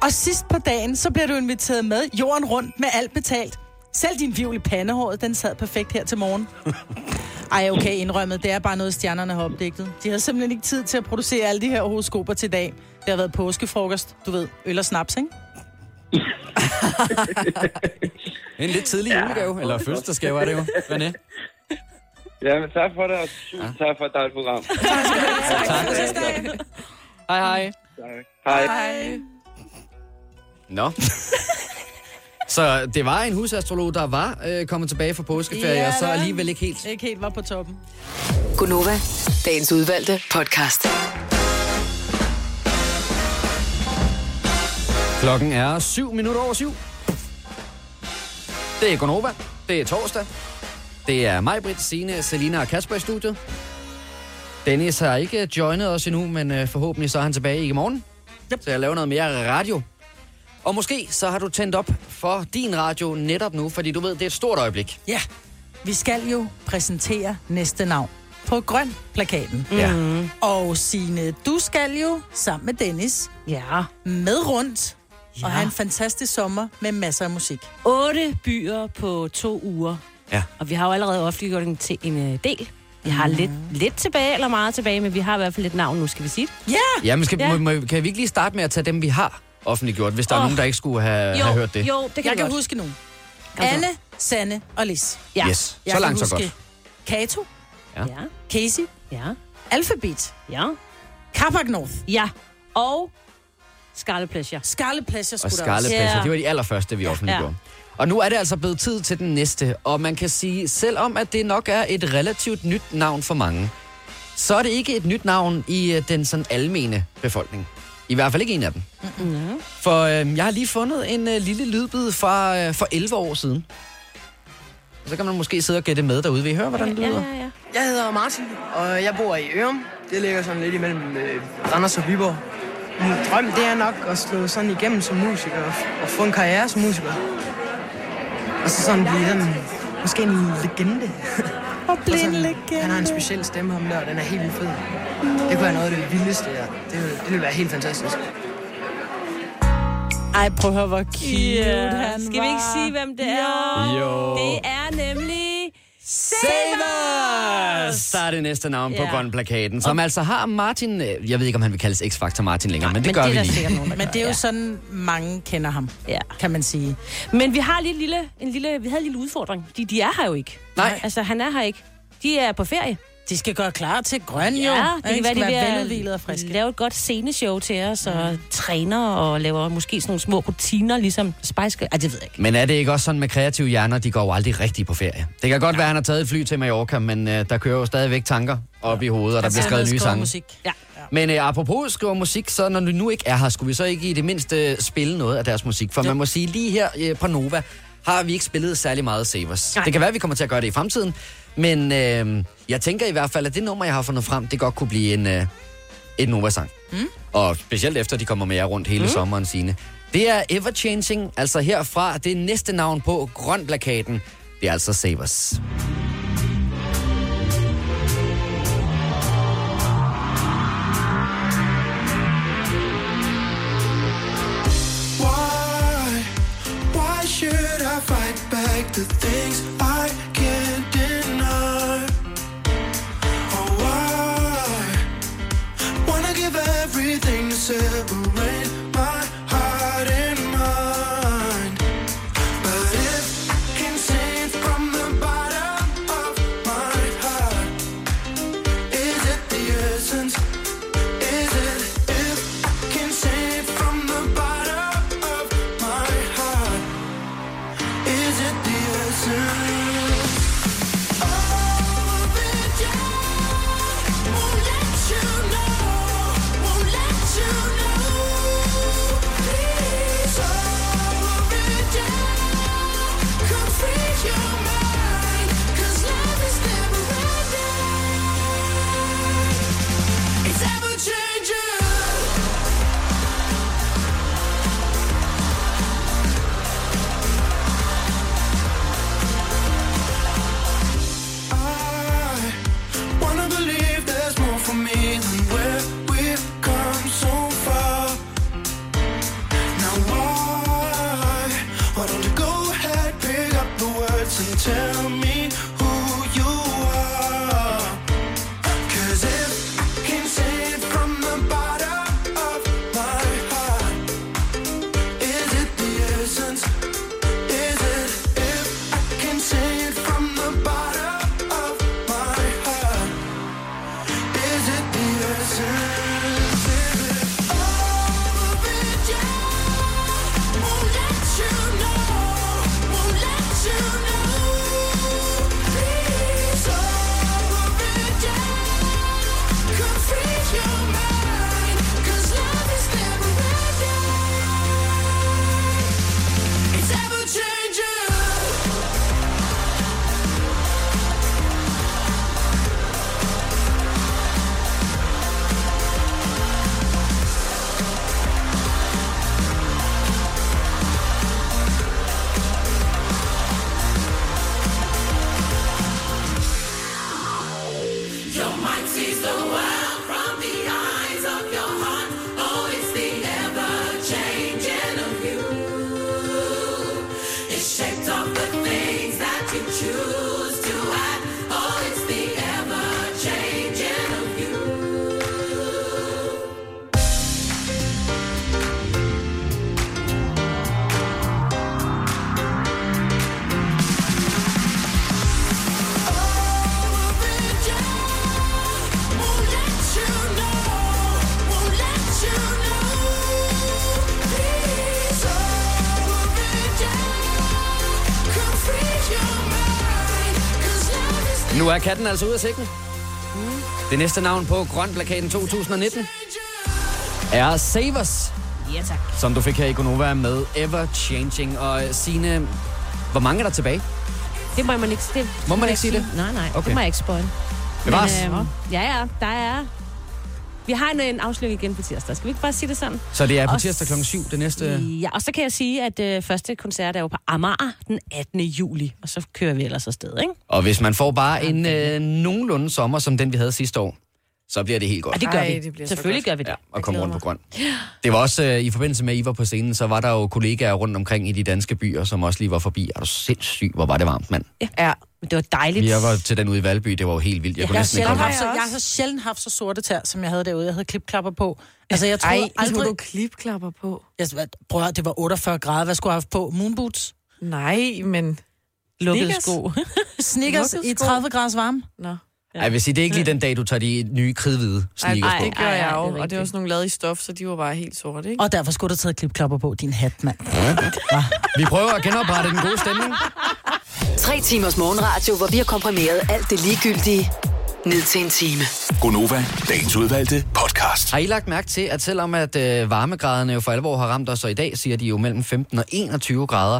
[SPEAKER 2] Og sidst på dagen, så bliver du inviteret med jorden rundt med alt betalt. Selv din vivl i pandehåret, den sad perfekt her til morgen. Ej, okay, indrømmet. Det er bare noget, stjernerne har opdigtet. De havde simpelthen ikke tid til at producere alle de her horoskoper til i dag. Det har været påskefrokost, du ved, øl og snaps, ikke?
[SPEAKER 1] En lidt tidlig julegave, eller fødselsdagsgave er det jo, René.
[SPEAKER 8] Jamen, tak for det, og tusind tak for et dejligt program.
[SPEAKER 1] Tak. Hej, hej.
[SPEAKER 8] Tak. Hej.
[SPEAKER 1] Nå. Så det var en husastrolog, der var øh, kommet tilbage fra påskeferie,
[SPEAKER 2] Ja,
[SPEAKER 1] og så
[SPEAKER 2] da.
[SPEAKER 1] alligevel ikke helt.
[SPEAKER 2] Ikke helt var på toppen.
[SPEAKER 6] Gunova, dagens udvalgte podcast.
[SPEAKER 1] Klokken er 7 minutter over syv. Det er Gonova. Det er torsdag. Det er mig, Britt, Signe, Selina og Kasper i studiet. Dennis har ikke joinet os endnu, men øh, forhåbentlig så er han tilbage i morgen. Yep. Så jeg laver noget mere radio. Og måske så har du tændt op for din radio netop nu, fordi du ved, det er et stort øjeblik.
[SPEAKER 2] Ja, vi skal jo præsentere næste navn på grøn plakaten.
[SPEAKER 1] Ja.
[SPEAKER 2] Og Sine, du skal jo sammen med Dennis
[SPEAKER 3] Ja.
[SPEAKER 2] med rundt ja.
[SPEAKER 3] Ja.
[SPEAKER 2] og have en fantastisk sommer med masser af musik.
[SPEAKER 3] Otte byer på to uger.
[SPEAKER 1] Ja.
[SPEAKER 3] Og vi har jo allerede offentliggjort en, til en øh, del. Vi har lidt, lidt tilbage, eller meget tilbage, men vi har i hvert fald et navn nu, skal vi sige det.
[SPEAKER 2] Ja!
[SPEAKER 1] Jamen, skal, ja.
[SPEAKER 3] Ja.
[SPEAKER 1] må, må, kan vi ikke lige starte med at tage dem, vi har offentliggjort, hvis der oh. er
[SPEAKER 3] Åh.
[SPEAKER 1] nogen, der ikke skulle have,
[SPEAKER 3] jo,
[SPEAKER 1] have hørt det?
[SPEAKER 3] Jo, det kan
[SPEAKER 2] Jeg
[SPEAKER 3] vi
[SPEAKER 2] kan
[SPEAKER 3] godt.
[SPEAKER 2] huske nu.
[SPEAKER 3] Kom så.
[SPEAKER 2] Anne, Sanne og Lis.
[SPEAKER 3] Ja.
[SPEAKER 1] Yes,
[SPEAKER 2] Jeg
[SPEAKER 1] så
[SPEAKER 2] kan
[SPEAKER 1] langt, så
[SPEAKER 2] huske
[SPEAKER 1] godt.
[SPEAKER 2] Kato,
[SPEAKER 3] Ja,
[SPEAKER 2] Casey,
[SPEAKER 3] ja,
[SPEAKER 2] Alphabet,
[SPEAKER 3] ja.
[SPEAKER 2] Carpac North,
[SPEAKER 3] Ja, og Scarlet Pleasure.
[SPEAKER 2] Scarlet Pleasure
[SPEAKER 1] og
[SPEAKER 2] skulle der
[SPEAKER 1] Scarlet
[SPEAKER 2] også.
[SPEAKER 1] Pleasure.
[SPEAKER 3] Ja.
[SPEAKER 1] Det var de allerførste, vi offentliggjorde. Og nu er det altså blevet tid til den næste, og man kan sige, selvom at det nok er et relativt nyt navn for mange, så er det ikke et nyt navn i øh, den sådan almene befolkning. I hvert fald ikke en af dem. Mm-hmm. For øh, jeg har lige fundet en øh, lille lydbid fra øh, for 11 år siden. Og så kan man måske sidde og gætte med derude. Vil I høre, hvordan det
[SPEAKER 3] Ja,
[SPEAKER 1] lyder?
[SPEAKER 3] ja, ja.
[SPEAKER 10] Jeg hedder Martin, og jeg bor i Ørum. Det ligger sådan lidt imellem øh, Randers og Viborg. Min drøm, det er nok at slå sådan igennem som musiker, og, f- og få en karriere som musiker. Og så sådan blive sådan, måske en legende.
[SPEAKER 2] Og
[SPEAKER 10] Og
[SPEAKER 2] blive en
[SPEAKER 10] sådan,
[SPEAKER 2] legende.
[SPEAKER 10] Han har en speciel stemme, ham der, og den er helt vildt fed. Det kunne være noget af det vildeste, ja. Det ville, det ville være helt fantastisk.
[SPEAKER 2] Ej, prøv at høre, hvor cute yeah. han
[SPEAKER 3] Skal vi ikke
[SPEAKER 2] var.
[SPEAKER 3] sige, hvem det er?
[SPEAKER 1] Jo.
[SPEAKER 3] Det er nemlig...
[SPEAKER 1] Savers! Der er det næste navn på
[SPEAKER 3] Ja.
[SPEAKER 1] grøn plakaten, som altså har Martin... øh, Jeg ved ikke, om han vil kaldes X-Factor Martin længere, Nej, men det gør
[SPEAKER 3] det
[SPEAKER 1] vi
[SPEAKER 3] er der
[SPEAKER 1] lige.
[SPEAKER 3] sikkert nogen, der
[SPEAKER 2] Men
[SPEAKER 3] gør,
[SPEAKER 2] det er jo
[SPEAKER 3] ja.
[SPEAKER 2] sådan, mange kender ham,
[SPEAKER 3] Ja.
[SPEAKER 2] kan man sige.
[SPEAKER 3] Men vi har lige en lille, en lille, vi havde en lille udfordring, fordi de er her jo ikke.
[SPEAKER 1] Nej.
[SPEAKER 3] Altså, han er her ikke. De er på ferie.
[SPEAKER 2] De skal gøre klar til grøn, jo.
[SPEAKER 3] det kan være, de
[SPEAKER 2] de
[SPEAKER 3] er ved at
[SPEAKER 2] veludvilet og friske.
[SPEAKER 3] lave et godt sceneshow til os, og træner og laver måske sådan nogle små rutiner, ligesom Spice Girls. Ej, det ved jeg ikke.
[SPEAKER 1] Men er det ikke også sådan med kreative hjerner, de går jo aldrig rigtig på ferie? Det kan godt være, at han har taget et fly til Mallorca, men øh, der kører jo stadigvæk tanker op i hovedet, og der bliver skrevet nye sange.
[SPEAKER 2] Musik.
[SPEAKER 3] Ja.
[SPEAKER 1] Men øh, apropos skriver musik, så når du nu ikke er her, skulle vi så ikke i det mindste øh, spille noget af deres musik? For man må sige, lige her øh, på Nova har vi ikke spillet særlig meget Savers.
[SPEAKER 3] Nej.
[SPEAKER 1] Det kan være, at vi kommer til at gøre det i fremtiden, men øh, jeg tænker i hvert fald, at det nummer, jeg har fundet frem, det godt kunne blive en, øh, et Nova-sang. Mm. Og specielt efter, de kommer med jer rundt hele mm. sommeren, sine. Det er Ever Changing, altså herfra, det er næste navn på grønplakaten. Det er altså Savers.
[SPEAKER 5] Why? Why should I fight back the things I can't deny? Oh, why? Wanna give everything to separate my heart and mind. But if I can save from Don't you go ahead, pick up the words and tell me who you are. Cause if can say it from the bottom of my heart, is it the essence? Is it if I can say it from the bottom of my heart? Is it the essence? Is it all of it? Yeah. Won't let you know. Won't let you know. Please, all of it. Yeah. Come free your mind. 'Cause love is never ending. It's ever changing. Your mind sees the world from the eyes of your heart. Oh, it's the ever changing of you. It's shaped off the things that you choose to add. Oh, it's the ever changing of you. Oh, Won't let you know. Won't let you know. Please, oh, yeah. Come free your mind. 'Cause love is
[SPEAKER 1] Nu er katten altså ude af sækken. Det næste navn på Grønplakaten 2019 er Savers,
[SPEAKER 3] Ja, tak.
[SPEAKER 1] som du fik her i Gonova med Ever Changing. Og sine hvor mange er der tilbage?
[SPEAKER 3] Det må man ikke, det,
[SPEAKER 1] Må man ikke sige det?
[SPEAKER 3] Nej, nej, okay.
[SPEAKER 1] Okay.
[SPEAKER 3] det må jeg ikke øh, spoil.
[SPEAKER 1] Bevares.
[SPEAKER 3] øhm, ja, ja, der er... Vi har en, en afsløring igen på tirsdag. Skal vi ikke bare sige det sådan?
[SPEAKER 1] Så det er på
[SPEAKER 3] Og
[SPEAKER 1] tirsdag kl. 7 det næste...
[SPEAKER 3] Ja, og så kan jeg sige, at øh, første koncert er jo på Amager den 18. juli, og så kører vi ellers afsted, ikke?
[SPEAKER 1] Og hvis man får bare en øh, nogenlunde sommer, som den vi havde sidste år, så bliver det helt godt.
[SPEAKER 3] Og det gør
[SPEAKER 4] Ej,
[SPEAKER 3] vi.
[SPEAKER 4] det bliver så
[SPEAKER 3] Selvfølgelig gør vi det.
[SPEAKER 1] Ja,
[SPEAKER 3] Jeg
[SPEAKER 1] og komme
[SPEAKER 3] glæder
[SPEAKER 1] rundt på
[SPEAKER 3] mig.
[SPEAKER 1] grøn. Det var også øh, i forbindelse med, at I var på scenen, så var der jo kollegaer rundt omkring i de danske byer, som også lige var forbi. Er du sindssyg, hvor var det varmt, mand.
[SPEAKER 4] Ja.
[SPEAKER 3] Men det var dejligt.
[SPEAKER 1] Jeg var til den ude i Valby, det var jo helt vildt. Jeg kunne
[SPEAKER 2] Jeg har,
[SPEAKER 1] næsten ikke
[SPEAKER 2] sjældent
[SPEAKER 1] komme
[SPEAKER 2] haft så,
[SPEAKER 4] Jeg
[SPEAKER 2] jeg
[SPEAKER 4] også.
[SPEAKER 2] har så sjældent haft så sorte tær, som jeg havde derude. Jeg havde klipklapper på. Altså, jeg troede
[SPEAKER 4] Ej,
[SPEAKER 2] Ej,
[SPEAKER 4] aldrig...
[SPEAKER 2] aldrig...
[SPEAKER 4] du klipklapper på?
[SPEAKER 2] Jeg, prøv at høre, det var 48 grader. Hvad skulle jeg have haft på? Moonboots?
[SPEAKER 4] Nej, men...
[SPEAKER 3] Lukkede
[SPEAKER 4] Snickers.
[SPEAKER 3] sko.
[SPEAKER 2] Sneakers i
[SPEAKER 4] Lukket sko.
[SPEAKER 2] 30 graders varme?
[SPEAKER 4] Nå.
[SPEAKER 1] Ej, jeg vil sige, det er ikke lige den dag, du tager de nye kridhvide
[SPEAKER 4] Ej,
[SPEAKER 1] sneakers på.
[SPEAKER 4] det gør
[SPEAKER 3] Ej,
[SPEAKER 4] jeg
[SPEAKER 3] ej, det er
[SPEAKER 4] jo. og det
[SPEAKER 3] rigtigt.
[SPEAKER 4] var sådan nogle lavet i stof, så de var bare helt sorte, ikke?
[SPEAKER 2] Og derfor skulle du have taget klipklapper på, din hat, mand.
[SPEAKER 1] Vi prøver at genoprette den gode stemning.
[SPEAKER 6] Tre timers morgenradio, hvor vi har komprimeret alt det ligegyldige ned til en time.
[SPEAKER 7] Gonova, dagens udvalgte podcast.
[SPEAKER 1] Har I lagt mærke til, at selvom at øh, varmegraderne jo for alvor har ramt os, og i dag siger de jo mellem 15 og 21 grader,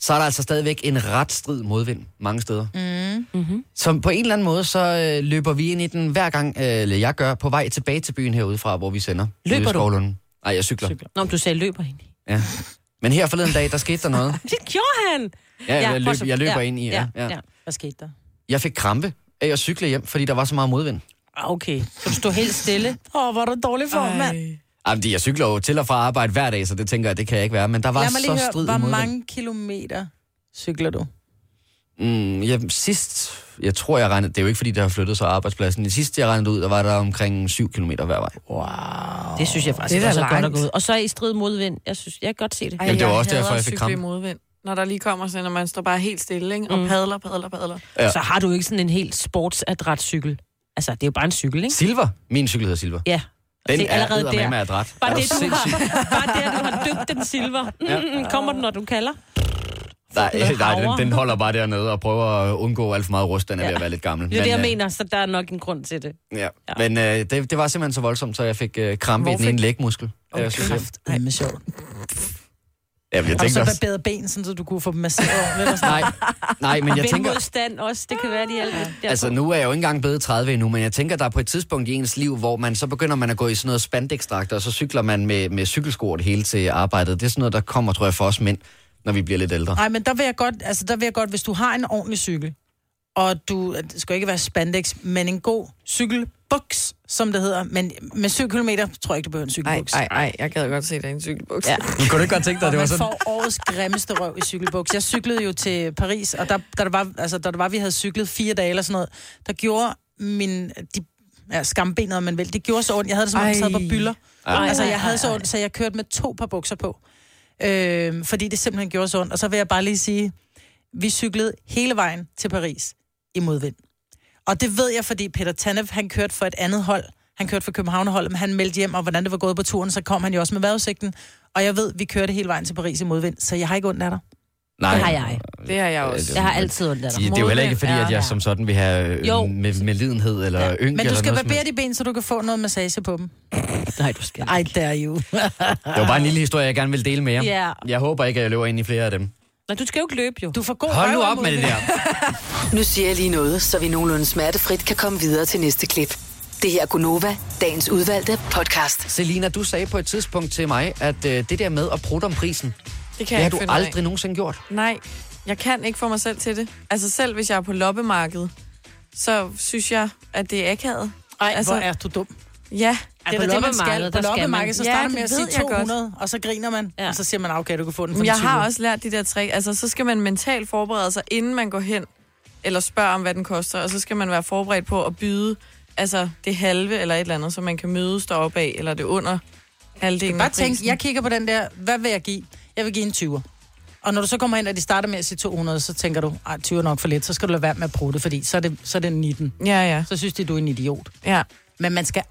[SPEAKER 1] så er der altså stadigvæk en ret strid modvind mange steder. Mm. Mm-hmm. Så på en eller anden måde, så øh, løber vi ind i den hver gang, øh, eller jeg gør, på vej tilbage til byen herudefra, hvor vi sender.
[SPEAKER 3] Løber
[SPEAKER 1] Ude i
[SPEAKER 3] du?
[SPEAKER 1] Skovlunden. Nej, jeg cykler.
[SPEAKER 3] Nå, men du sagde løber hende.
[SPEAKER 1] Ja. Men her forleden dag, der skete der noget.
[SPEAKER 3] Det gjorde han!
[SPEAKER 1] Ja, jeg, løb,
[SPEAKER 3] fortsæt.
[SPEAKER 1] jeg løber ind i, ja, ja.
[SPEAKER 2] Hvad skete der?
[SPEAKER 1] Jeg fik krampe af at cykle hjem, fordi der var så meget modvind.
[SPEAKER 3] Ah, Okay, så du stod helt stille.
[SPEAKER 2] Åh, oh, hvor er du dårlig for, mand.
[SPEAKER 1] Jamen, det- Ah, jeg cykler jo til og fra arbejde hver dag, så det tænker jeg, det kan jeg ikke være. Men der var
[SPEAKER 2] Lad mig
[SPEAKER 1] så
[SPEAKER 2] lige høre,
[SPEAKER 1] strid
[SPEAKER 2] hvor
[SPEAKER 1] imod
[SPEAKER 2] mange kilometer cykler du?
[SPEAKER 1] Mm, jeg, sidst, jeg tror, jeg regnede, det er jo ikke fordi, der har flyttet sig arbejdspladsen. Sidst, jeg regnede ud, der var der omkring 7 km hver vej.
[SPEAKER 3] Det synes jeg faktisk
[SPEAKER 4] det
[SPEAKER 3] det
[SPEAKER 4] er
[SPEAKER 3] er
[SPEAKER 4] da
[SPEAKER 3] også er godt at
[SPEAKER 4] langt.
[SPEAKER 3] gå ud. Og så i strid modvind. Jeg synes, jeg kan godt se det.
[SPEAKER 4] Ej,
[SPEAKER 1] Jamen, det var
[SPEAKER 4] jeg
[SPEAKER 1] også derfor,
[SPEAKER 4] hader
[SPEAKER 1] jeg fik
[SPEAKER 4] at
[SPEAKER 1] krampe.
[SPEAKER 4] cykle i modvind. Når der lige kommer sådan, når man står bare helt stille, ikke? Og
[SPEAKER 3] Mm.
[SPEAKER 4] padler, padler, padler.
[SPEAKER 1] Ja.
[SPEAKER 3] Ja. Så har du ikke sådan en helt sportsadrætcykel. Altså, det er jo bare en cykel, ikke?
[SPEAKER 1] Silver. Min cykel hedder Silver.
[SPEAKER 3] Ja.
[SPEAKER 1] Den
[SPEAKER 3] Se,
[SPEAKER 1] er der. med adræt.
[SPEAKER 3] Bare
[SPEAKER 1] er
[SPEAKER 3] det, du
[SPEAKER 1] sindssyg?
[SPEAKER 3] har, bare det, at du har døbt den silver. Mm, mm, kommer den, når du kalder?
[SPEAKER 1] Nej,
[SPEAKER 3] Noget
[SPEAKER 1] nej
[SPEAKER 3] havre.
[SPEAKER 1] den, den, holder bare dernede og prøver at undgå alt for meget rust. Den er ja. ved at være lidt gammel.
[SPEAKER 3] Det er det, jeg
[SPEAKER 1] øh,
[SPEAKER 3] mener, så der er nok en grund til det.
[SPEAKER 1] Ja. Men øh, det, det, var simpelthen så voldsomt, så jeg fik øh, krampe i
[SPEAKER 4] Hvor
[SPEAKER 1] den
[SPEAKER 4] fik-
[SPEAKER 1] ene lægmuskel. Okay. Jeg,
[SPEAKER 2] Det er med sjovt.
[SPEAKER 1] jeg, jeg
[SPEAKER 2] Har du
[SPEAKER 1] tænkte
[SPEAKER 2] så
[SPEAKER 1] også...
[SPEAKER 2] barberet ben, sådan, så du kunne få dem masseret ordentligt? og sådan?
[SPEAKER 1] Nej, nej, men jeg tænker...
[SPEAKER 3] Vindmodstand også, det kan være, de er lidt
[SPEAKER 1] Altså, nu er jeg jo ikke engang blevet 30 endnu, men jeg tænker, der er på et tidspunkt i ens liv, hvor man så begynder man at gå i sådan noget spandekstrakt, og så cykler man med, med cykelsko og det hele til arbejdet. Det er sådan noget, der kommer, tror jeg, for os mænd, når vi bliver lidt ældre.
[SPEAKER 2] Nej, men der vil, jeg godt, altså, der vil jeg godt, hvis du har en ordentlig cykel, og du, det skal jo ikke være spandex, men en god cykelbuks, som det hedder. Men med 7 km tror jeg ikke, du behøver en cykelbuks.
[SPEAKER 4] Nej, nej, jeg gad godt se dig i en cykelbuks.
[SPEAKER 2] Ja.
[SPEAKER 11] Men kunne du ikke godt tænke dig, at det var sådan...
[SPEAKER 2] Man får årets grimmeste røv i cykelbuks. Jeg cyklede jo til Paris, og der, da, det var, altså, da det var, vi havde cyklet fire dage eller sådan noget, der gjorde min... De, ja, skambenet, om man vil. Det gjorde så ondt. Jeg havde det, som om jeg sad på
[SPEAKER 4] Ej.
[SPEAKER 2] bylder.
[SPEAKER 4] Ej.
[SPEAKER 2] Altså, jeg havde så ondt, så jeg kørte med to par bukser på. Øh, fordi det simpelthen gjorde så ondt. Og så vil jeg bare lige sige, vi cyklede hele vejen til Paris i modvind. Og det ved jeg, fordi Peter Tanev, han kørte for et andet hold. Han kørte for Københavnerholdet, men han meldte hjem, og hvordan det var gået på turen, så kom han jo også med vejrudsigten. Og jeg ved, vi kørte hele vejen til Paris i modvind, så jeg har ikke ondt af dig.
[SPEAKER 1] Nej.
[SPEAKER 3] Det har jeg.
[SPEAKER 4] Det har jeg
[SPEAKER 1] også.
[SPEAKER 3] Jeg har altid ondt af dig.
[SPEAKER 1] Øh, Det, det er jo heller ikke fordi, at jeg som sådan vil have øh,
[SPEAKER 2] Jo.
[SPEAKER 1] med, med lidenhed eller ja. ynke
[SPEAKER 2] Men du
[SPEAKER 1] eller
[SPEAKER 2] skal
[SPEAKER 1] noget som
[SPEAKER 2] barbere de ben, så du kan få noget massage på dem.
[SPEAKER 3] Nej, du skal
[SPEAKER 2] Ej, der er jo.
[SPEAKER 1] Det var bare en lille historie, jeg gerne vil dele med jer.
[SPEAKER 2] Ja.
[SPEAKER 1] Jeg håber ikke, at jeg løber ind i flere af dem.
[SPEAKER 3] Nej, du skal jo ikke løbe, jo.
[SPEAKER 2] Du får god
[SPEAKER 1] Hold nu op med det der.
[SPEAKER 6] Nu siger jeg lige noget, så vi nogenlunde smertefrit kan komme videre til næste klip. Det her er Gunova, dagens udvalgte podcast.
[SPEAKER 1] Selina, du sagde på et tidspunkt til mig, at øh, det der med at prutte om prisen,
[SPEAKER 4] Det kan
[SPEAKER 1] det
[SPEAKER 4] jeg
[SPEAKER 1] har
[SPEAKER 4] ikke
[SPEAKER 1] du
[SPEAKER 4] finde ud af.
[SPEAKER 1] aldrig nogensinde gjort.
[SPEAKER 4] Nej, jeg kan ikke få mig selv til det. Altså selv hvis jeg er på loppemarkedet, så synes jeg, at det er akavet.
[SPEAKER 2] Ej,
[SPEAKER 4] altså,
[SPEAKER 2] hvor er du dum.
[SPEAKER 4] Ja,
[SPEAKER 2] Det er da det, man skal. På
[SPEAKER 3] der skal
[SPEAKER 2] loppemarkedet, så
[SPEAKER 4] man.
[SPEAKER 2] starter
[SPEAKER 4] Ja,
[SPEAKER 2] man med at
[SPEAKER 4] det ved
[SPEAKER 2] sige
[SPEAKER 4] jeg godt.
[SPEAKER 2] 200, og så griner man, og så siger man, okay, du kan få den for
[SPEAKER 4] Men jeg
[SPEAKER 2] 20.
[SPEAKER 4] har også lært de der trick. Altså, så skal man mentalt forberede sig, inden man går hen eller spørger om, hvad den koster. Og så skal man være forberedt på at byde altså, det halve eller et eller andet, så man kan mødes deroppe af, eller det under halvdelen
[SPEAKER 2] Bare
[SPEAKER 4] af prisen.
[SPEAKER 2] tænk, jeg kigger på den der, hvad vil jeg give? Jeg vil give en 20'er. Og når du så kommer hen, og de starter med at sige 200, så tænker du, ej, 20 er nok for lidt, så skal du lade være med at bruge det, fordi så er det, så er det 19.
[SPEAKER 4] Ja, ja.
[SPEAKER 2] Så synes de, du er en idiot.
[SPEAKER 4] Ja.
[SPEAKER 2] Men man skal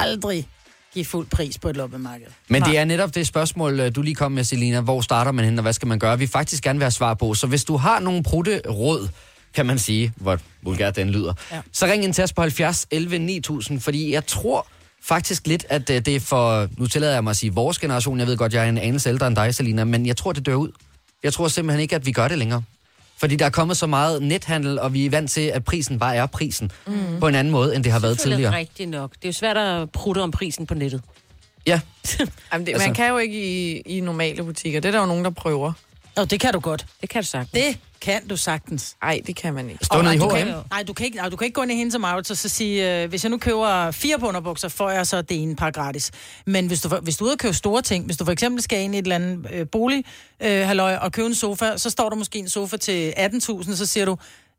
[SPEAKER 2] aldrig give fuld pris på et loppemarked.
[SPEAKER 1] Men det er netop det spørgsmål, øh, du lige kom med, Selina. Hvor starter man hen, og hvad skal man gøre? Vi vil faktisk gerne være svar på. Så hvis du har nogle prutte råd, kan man sige, hvor vulgært den lyder, ja. så ring ind til os på 70 11 9000, fordi jeg tror faktisk lidt, at øh, det er for, nu tillader jeg mig at sige, vores generation, jeg ved godt, jeg er en anelse ældre end dig, Selina, men jeg tror, det dør ud. Jeg tror simpelthen ikke, at vi gør det længere. Fordi der er kommet så meget nethandel, og vi er vant til, at prisen bare er prisen. Mm. På en anden måde, end det har været
[SPEAKER 3] Selvfølgelig
[SPEAKER 1] tidligere.
[SPEAKER 3] rigtigt nok. Det er jo svært at prutte om prisen på nettet.
[SPEAKER 1] Ja,
[SPEAKER 4] Jamen, det, altså...
[SPEAKER 1] altså-
[SPEAKER 4] Man kan jo ikke i, i normale butikker. Det er der jo nogen, der prøver.
[SPEAKER 2] Nå, det kan du godt.
[SPEAKER 3] Det kan du sagtens.
[SPEAKER 2] Det kan du sagtens.
[SPEAKER 4] Nej, det kan man ikke.
[SPEAKER 1] stå ned i
[SPEAKER 2] du
[SPEAKER 1] H&M.
[SPEAKER 2] kan, nej, du kan ikke, nej, du kan ikke gå ind i hendes Maurits og så sige, øh, hvis jeg nu køber fire på underbukser, får jeg så det ene par gratis. Men hvis du, hvis du er ude og købe store ting, hvis du for eksempel skal ind i et eller andet øh, bolig, øh, halløj, og købe en sofa, så står der måske en sofa til 18.000, så siger du,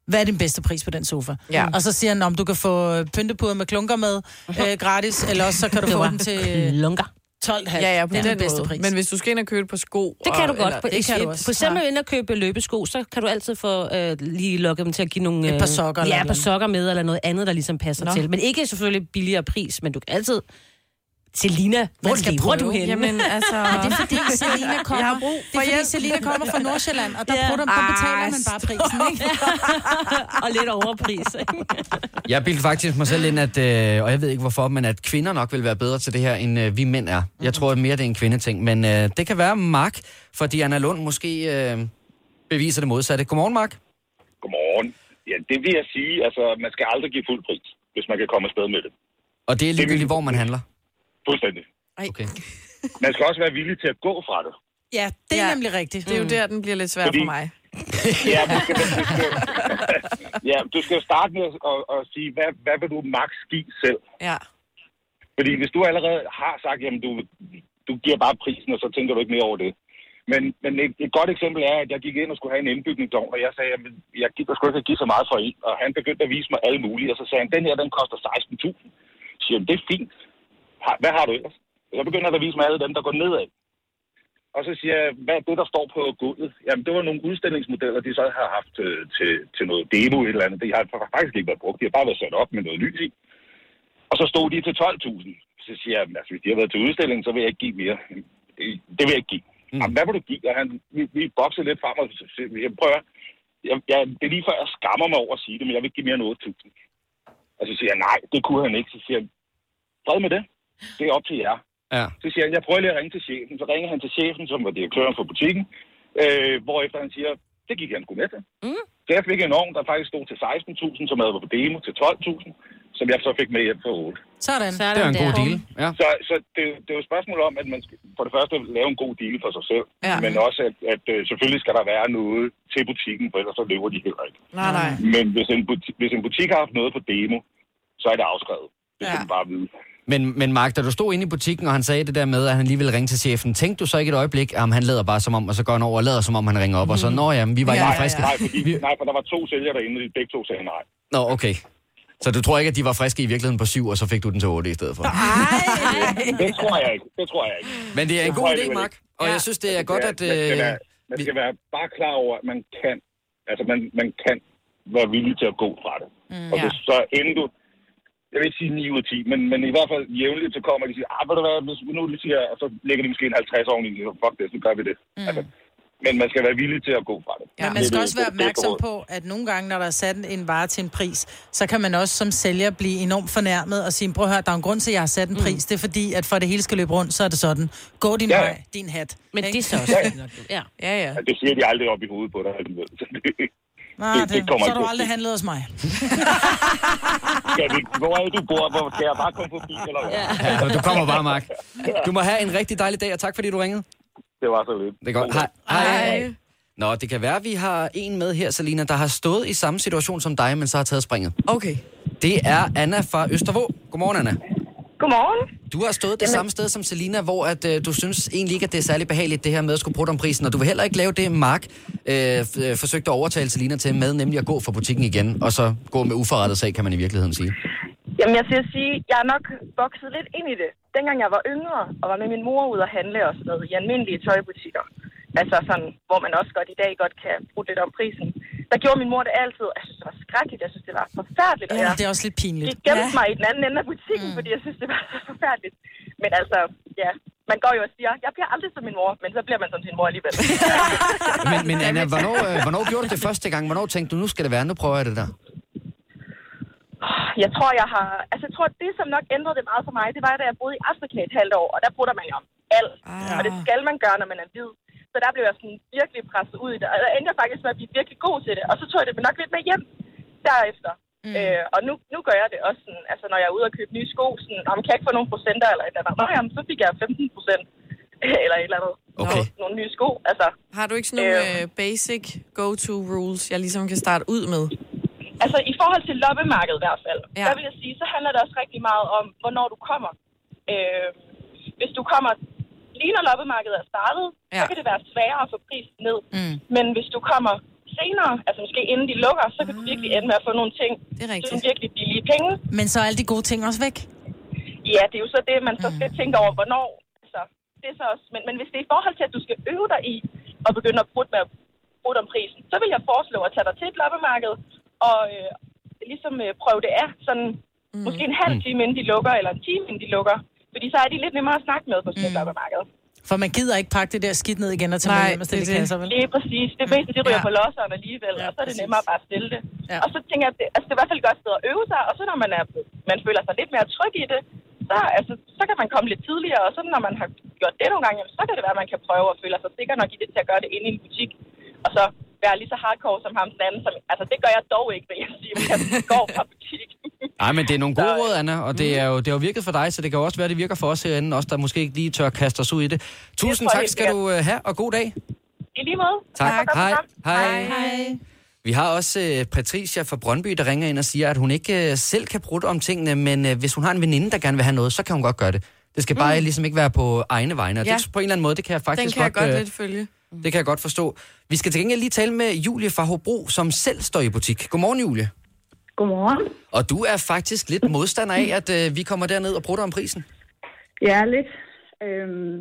[SPEAKER 2] hvad er din bedste pris på den sofa?
[SPEAKER 4] Ja.
[SPEAKER 2] Og så siger han, om du kan få øh, pyntepuder med klunker med øh, gratis, eller også så kan du
[SPEAKER 3] Det
[SPEAKER 2] få
[SPEAKER 3] var
[SPEAKER 2] den til øh,
[SPEAKER 3] klunker.
[SPEAKER 2] 12,5.
[SPEAKER 4] Ja, ja, på
[SPEAKER 2] det er
[SPEAKER 4] den
[SPEAKER 2] den bedste
[SPEAKER 4] måde.
[SPEAKER 2] pris.
[SPEAKER 4] Men hvis du skal ind og købe et par sko...
[SPEAKER 3] Det kan du
[SPEAKER 4] og,
[SPEAKER 3] godt.
[SPEAKER 4] Eller,
[SPEAKER 3] For,
[SPEAKER 2] det kan du også.
[SPEAKER 3] For eksempel ind og købe løbesko, så kan du altid få øh, lige lokke dem til at give nogle... øh,
[SPEAKER 2] Et par sokker eller
[SPEAKER 3] Ja,
[SPEAKER 2] et eller
[SPEAKER 3] et par
[SPEAKER 2] andet.
[SPEAKER 3] sokker med, eller noget andet, der ligesom passer
[SPEAKER 4] Nå.
[SPEAKER 3] Nå. til. Men ikke selvfølgelig billigere pris, men du kan altid... Selina, hvor
[SPEAKER 2] skal
[SPEAKER 3] lever du
[SPEAKER 2] prøve.
[SPEAKER 3] henne?
[SPEAKER 4] jamen, altså...
[SPEAKER 2] Det er fordi Selina kommer,
[SPEAKER 4] Jeg har brug
[SPEAKER 2] det
[SPEAKER 4] for
[SPEAKER 2] er, fordi
[SPEAKER 4] hjælp.
[SPEAKER 2] Selina kommer fra Nordsjælland, og der,
[SPEAKER 3] Ja.
[SPEAKER 2] yeah. der betaler
[SPEAKER 4] Ej,
[SPEAKER 2] man bare prisen, ikke?
[SPEAKER 3] og lidt overpris. ikke?
[SPEAKER 1] Jeg bildte faktisk mig selv ind, at, øh, og jeg ved ikke hvorfor, men at kvinder nok vil være bedre til det her, end øh, vi mænd er. Jeg tror mere, det er en kvindeting. Men øh, det kan være Mark, for Diana Lund måske øh, beviser det modsatte. Godmorgen, Mark.
[SPEAKER 12] Godmorgen. Ja, det vil jeg sige. Altså, man skal aldrig give fuld pris, hvis man kan komme afsted med det.
[SPEAKER 1] Og det er ligegyldigt, hvor man handler.
[SPEAKER 12] Fuldstændig.
[SPEAKER 1] Okay.
[SPEAKER 12] Man skal også være villig til at gå fra det.
[SPEAKER 2] Ja, det er
[SPEAKER 4] Ja.
[SPEAKER 2] ja. nemlig rigtigt.
[SPEAKER 4] Det er jo der, den bliver lidt svær
[SPEAKER 12] Fordi-
[SPEAKER 4] for mig.
[SPEAKER 12] Ja, du skal, du skal, ja, du skal jo starte med at, at, at sige, hvad, hvad vil du max give selv?
[SPEAKER 4] Ja.
[SPEAKER 12] Fordi hvis du allerede har sagt, jamen du, du giver bare prisen, og så tænker du ikke mere over det. Men, men et, et godt eksempel er, at jeg gik ind og skulle have en indbygningsdom, og jeg sagde, jamen jeg gider sgu ikke at give så meget for en. Og han begyndte at vise mig alle mulige, og så sagde han, den her, den koster 16.000. Så siger jeg, det er fint. Har, hvad har du ellers? Og så begynder han at vise mig alle dem, der går nedad. Og så siger jeg, hvad er det, der står på gulvet? Jamen, det var nogle udstillingsmodeller, de så har haft øh, til, til noget demo et eller andet. De har faktisk ikke været brugt. De har bare været sat op med noget lys i. Og så stod de til 12.000. Så siger jeg, "Men altså, hvis de har været til udstilling, så vil jeg ikke give mere. Øh, Det vil jeg ikke give. Mm. Jamen, hvad vil du give? Og han, vi, vi boksede lidt frem, og så, så, jeg prøver, jeg, jeg, det er lige før, jeg skammer mig over at sige det, men jeg vil ikke give mere end 8.000. Og så siger jeg, nej, det kunne han ikke. Så siger jeg, fred med det. Det er op til jer.
[SPEAKER 1] Ja.
[SPEAKER 12] Så siger han, jeg prøver lige at ringe til chefen. Så ringer han til chefen, som var direktøren for butikken, øh, hvorefter han siger, det gik han sgu med til. Mm. Så jeg fik en ovn, der faktisk stod til 16.000, som havde været på demo til 12.000. Så som jeg så fik med hjem for 8.
[SPEAKER 2] Sådan.
[SPEAKER 3] Sådan
[SPEAKER 1] Det er en god
[SPEAKER 3] der.
[SPEAKER 1] deal. Ja.
[SPEAKER 12] Så, så det, det er jo et spørgsmål om, at man skal, for det første lave en god deal for sig selv,
[SPEAKER 4] Ja.
[SPEAKER 12] ja. men også, at, at øh, selvfølgelig skal der være noget til butikken, for ellers så løber de heller ikke.
[SPEAKER 4] Nej, nej.
[SPEAKER 12] Men hvis en, buti- hvis en butik har haft noget på demo, så er det afskrevet. Det skal ja. man bare vide.
[SPEAKER 1] Men, men Mark, da du stod inde i butikken, og han sagde det der med, at han lige ville ringe til chefen, tænkte du så ikke et øjeblik, at han lader bare som om, og så går han over og lader som om, han ringer op, og så, nå jamen, vi var ikke
[SPEAKER 12] nej,
[SPEAKER 1] lige friske.
[SPEAKER 12] nej, fordi, nej, for der var to sælgere derinde, og de begge to sagde nej.
[SPEAKER 1] Nå, okay. Så du tror ikke, at de var friske i virkeligheden på syv, og så fik du den til otte i stedet for?
[SPEAKER 12] Det tror jeg ikke. Det tror jeg ikke.
[SPEAKER 1] Men det er en
[SPEAKER 12] Det
[SPEAKER 1] god
[SPEAKER 12] tror jeg
[SPEAKER 1] idé,
[SPEAKER 12] alligevel
[SPEAKER 1] Mark. Og jeg synes, det er godt, at...
[SPEAKER 12] Altså, Man skal,
[SPEAKER 1] øh,
[SPEAKER 12] være, man skal være bare klar over, at man kan. Altså, man, man kan være villig til at gå fra det. Mm, og hvis så inden du... Jeg vil ikke sige 9 ud af 10, men, men i hvert fald jævnligt, så kommer de og siger, ah, ved du hvad, hvis vi nu lige siger, og så lægger de måske en 50 oveni, og så fuck det, så gør vi det. Mm. Altså, men man skal være villig til at gå fra det.
[SPEAKER 2] Ja. Men man
[SPEAKER 12] Det
[SPEAKER 2] skal
[SPEAKER 12] er
[SPEAKER 2] også
[SPEAKER 12] det-
[SPEAKER 2] være
[SPEAKER 12] det er et
[SPEAKER 2] opmærksom
[SPEAKER 12] råd.
[SPEAKER 2] på, at nogle gange, når der er sat en vare til en pris, så kan man også som sælger blive enormt fornærmet og sige, prøv at høre, der er en grund til, at jeg har sat en pris. Det er fordi, at for at det hele skal løbe rundt, så er det sådan. Gå din
[SPEAKER 12] Ja, ja.
[SPEAKER 2] vej, din hat.
[SPEAKER 3] Men
[SPEAKER 2] Ikke?
[SPEAKER 3] det er så også... Ja.
[SPEAKER 4] Ja, ja.
[SPEAKER 12] Ja, det siger de aldrig op i hovedet på dig alligevel. Så det,
[SPEAKER 2] Nå,
[SPEAKER 12] det, det
[SPEAKER 2] det,
[SPEAKER 12] kommer
[SPEAKER 2] så
[SPEAKER 12] ikke
[SPEAKER 2] har du
[SPEAKER 12] til at
[SPEAKER 2] aldrig
[SPEAKER 12] ske.
[SPEAKER 2] handlet hos mig.
[SPEAKER 12] Skal vi, hvor er det, du bor? Hvor, skal jeg bare komme forbi, eller hvad?
[SPEAKER 1] Ja, du kommer bare, Mark. Du må have en rigtig dejlig dag, og tak fordi du ringede.
[SPEAKER 12] Det var så lidt.
[SPEAKER 1] Det er godt. Hej. Hej. Nå, det kan være, at vi har en med her, Selina, der har stået i samme situation som dig, men så har taget springet.
[SPEAKER 4] Okay.
[SPEAKER 1] Det er Anna fra Østervå. Godmorgen, Anna.
[SPEAKER 9] Godmorgen.
[SPEAKER 1] Du har stået det samme sted som Selina, hvor at, øh, du synes egentlig ikke, at det er særlig behageligt, det her med at skulle bruge om prisen, og du vil heller ikke lave det, Mark øh, f- øh, forsøgte at overtale Selina til med, nemlig at gå fra butikken igen, og så gå med uforrettet sag, kan man i virkeligheden sige.
[SPEAKER 9] Jamen, jeg skal sige, jeg er nok vokset lidt ind i det. Dengang jeg var yngre og var med min mor ud at handle og sådan noget i almindelige tøjbutikker, altså sådan, hvor man også godt i dag godt kan bruge lidt om prisen, der gjorde min mor det altid. og Jeg synes, det var skrækkeligt. Jeg synes, det var forfærdeligt. og
[SPEAKER 2] Ja,
[SPEAKER 9] jeg
[SPEAKER 2] det er også lidt pinligt.
[SPEAKER 9] gik gemte mig i den anden ende af butikken, mm. fordi jeg synes, det var så forfærdeligt. Men altså, ja, man går jo og siger, jeg bliver aldrig som min mor, men så bliver man som sin mor alligevel.
[SPEAKER 1] Men, men Anna, hvornår, øh, hvornår gjorde du det første gang? Hvornår tænkte du, nu skal det være, nu prøver jeg det der?
[SPEAKER 9] Jeg tror, jeg har... Altså, jeg tror, det, som nok ændrede det meget for mig, det var, da jeg boede i Afrika et halvt år, og der bruger man jo om alt.
[SPEAKER 4] Ah.
[SPEAKER 9] Og det skal man gøre, når man er hvid. Så der blev jeg sådan virkelig presset ud i det. Og der endte jeg faktisk med at blive virkelig god til det. Og så tog jeg det nok lidt med hjem derefter. Mm. Øh, og nu, nu gør jeg det også sådan, altså når jeg er ude og købe nye sko, sådan, om kan jeg ikke få nogle procenter eller et eller andet. Nå, jamen, så fik jeg 15 procent eller et eller andet.
[SPEAKER 1] Okay.
[SPEAKER 9] På nogle nye sko, altså.
[SPEAKER 4] Har du ikke sådan
[SPEAKER 9] Øhm.
[SPEAKER 4] nogle øh, basic go-to rules, jeg ligesom kan starte ud med?
[SPEAKER 9] Altså i forhold til loppemarkedet i hvert fald,
[SPEAKER 4] Ja.
[SPEAKER 9] ja. der vil jeg sige, så handler det også rigtig meget om, hvornår du kommer. Øh, hvis du kommer lige når loppemarkedet er startet, ja.
[SPEAKER 4] Ja.
[SPEAKER 9] så kan det være sværere at få prisen ned. Mm. Men hvis du kommer senere, altså måske inden de lukker, så kan du virkelig ende med at få nogle ting
[SPEAKER 4] Mm. Det er
[SPEAKER 9] til
[SPEAKER 4] rigtigt.
[SPEAKER 9] nogle virkelig billige penge.
[SPEAKER 2] Men så er alle de gode ting også væk.
[SPEAKER 9] Ja, det er jo så det, man så skal tænke over, hvornår. Så det er så også, men, men hvis det er i forhold til, at du skal øve dig i at begynde at bruge med bruge om prisen, så vil jeg foreslå at tage dig til et loppemarked og øh, ligesom øh, prøve det af, sådan mm. måske en halv time inden de lukker, eller en time inden de lukker. Fordi så er de lidt nemmere at snakke med på sådan et loppemarked.
[SPEAKER 2] For man gider ikke pakke det der skidt ned igen og tage
[SPEAKER 4] Nej,
[SPEAKER 2] med hjem og stille
[SPEAKER 4] det
[SPEAKER 2] i
[SPEAKER 4] er det.
[SPEAKER 2] kasser, vel?
[SPEAKER 9] Det er præcis. Det meste, det ryger
[SPEAKER 4] Ja.
[SPEAKER 9] ja. på losseren alligevel,
[SPEAKER 2] Ja,
[SPEAKER 9] ja, og så er det
[SPEAKER 2] præcis.
[SPEAKER 9] nemmere bare at stille det.
[SPEAKER 2] Ja.
[SPEAKER 9] Ja. Og så tænker jeg, at det, altså, det er i hvert fald et godt sted at øve sig, og så når man, er, man føler sig lidt mere tryg i det, så, altså, så kan man komme lidt tidligere, og så når man har gjort det nogle gange, jamen, så kan det være, at man kan prøve at føle sig sikker nok i det til at gøre det inde i en butik, og så være lige så hardcore som ham den anden. Som, altså, det gør jeg dog ikke, vil jeg sige, men jeg går fra butik.
[SPEAKER 1] Nej, men det er nogle gode råd, Anna, og
[SPEAKER 4] Mm.
[SPEAKER 1] det er jo det har jo virket for dig, så det kan jo også være, det virker for os herinde, os der måske ikke lige tør kaste os ud i det. Tusind
[SPEAKER 9] tror jeg
[SPEAKER 1] tak
[SPEAKER 9] helt
[SPEAKER 1] skal du øh, have, og god dag.
[SPEAKER 9] I lige måde.
[SPEAKER 1] Tak.
[SPEAKER 9] for godt
[SPEAKER 1] Hej.
[SPEAKER 9] program.
[SPEAKER 1] Hej. Vi har også øh, Patricia fra Brøndby, der ringer ind og siger, at hun ikke øh, selv kan bruge om tingene, men øh, hvis hun har en veninde, der gerne vil have noget, så kan hun godt gøre det. Det skal bare mm. ligesom ikke være på egne vegne. Ja.
[SPEAKER 4] Ja.
[SPEAKER 1] Det, på en eller anden måde, det kan jeg faktisk
[SPEAKER 4] Den kan jeg godt
[SPEAKER 1] øh,
[SPEAKER 4] lidt følge.
[SPEAKER 1] det kan jeg godt forstå. Vi skal til gengæld lige tale med Julie fra Hobro, som selv står i butik. Godmorgen, Julie.
[SPEAKER 11] Godmorgen.
[SPEAKER 1] Og du er faktisk lidt modstander af, at øh, vi kommer derned og bruger om prisen.
[SPEAKER 11] Ja, lidt. Øhm,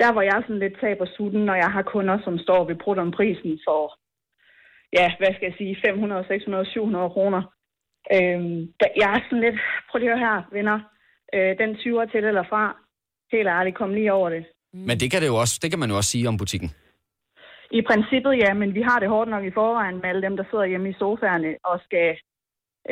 [SPEAKER 11] der hvor jeg sådan lidt taber sutten, når jeg har kunder, som står ved brudt om prisen for, ja, hvad skal jeg sige, 500, 600, 700 kroner. Øhm, der, jeg er sådan lidt, prøv lige at høre her, venner. Øh, den 20'er til eller fra, helt ærligt, kom lige over det.
[SPEAKER 1] Mm. Men det kan, det, jo også, det kan man jo også sige om butikken.
[SPEAKER 11] I princippet ja, men vi har det hårdt nok i forvejen med alle dem, der sidder hjemme i sofaerne og skal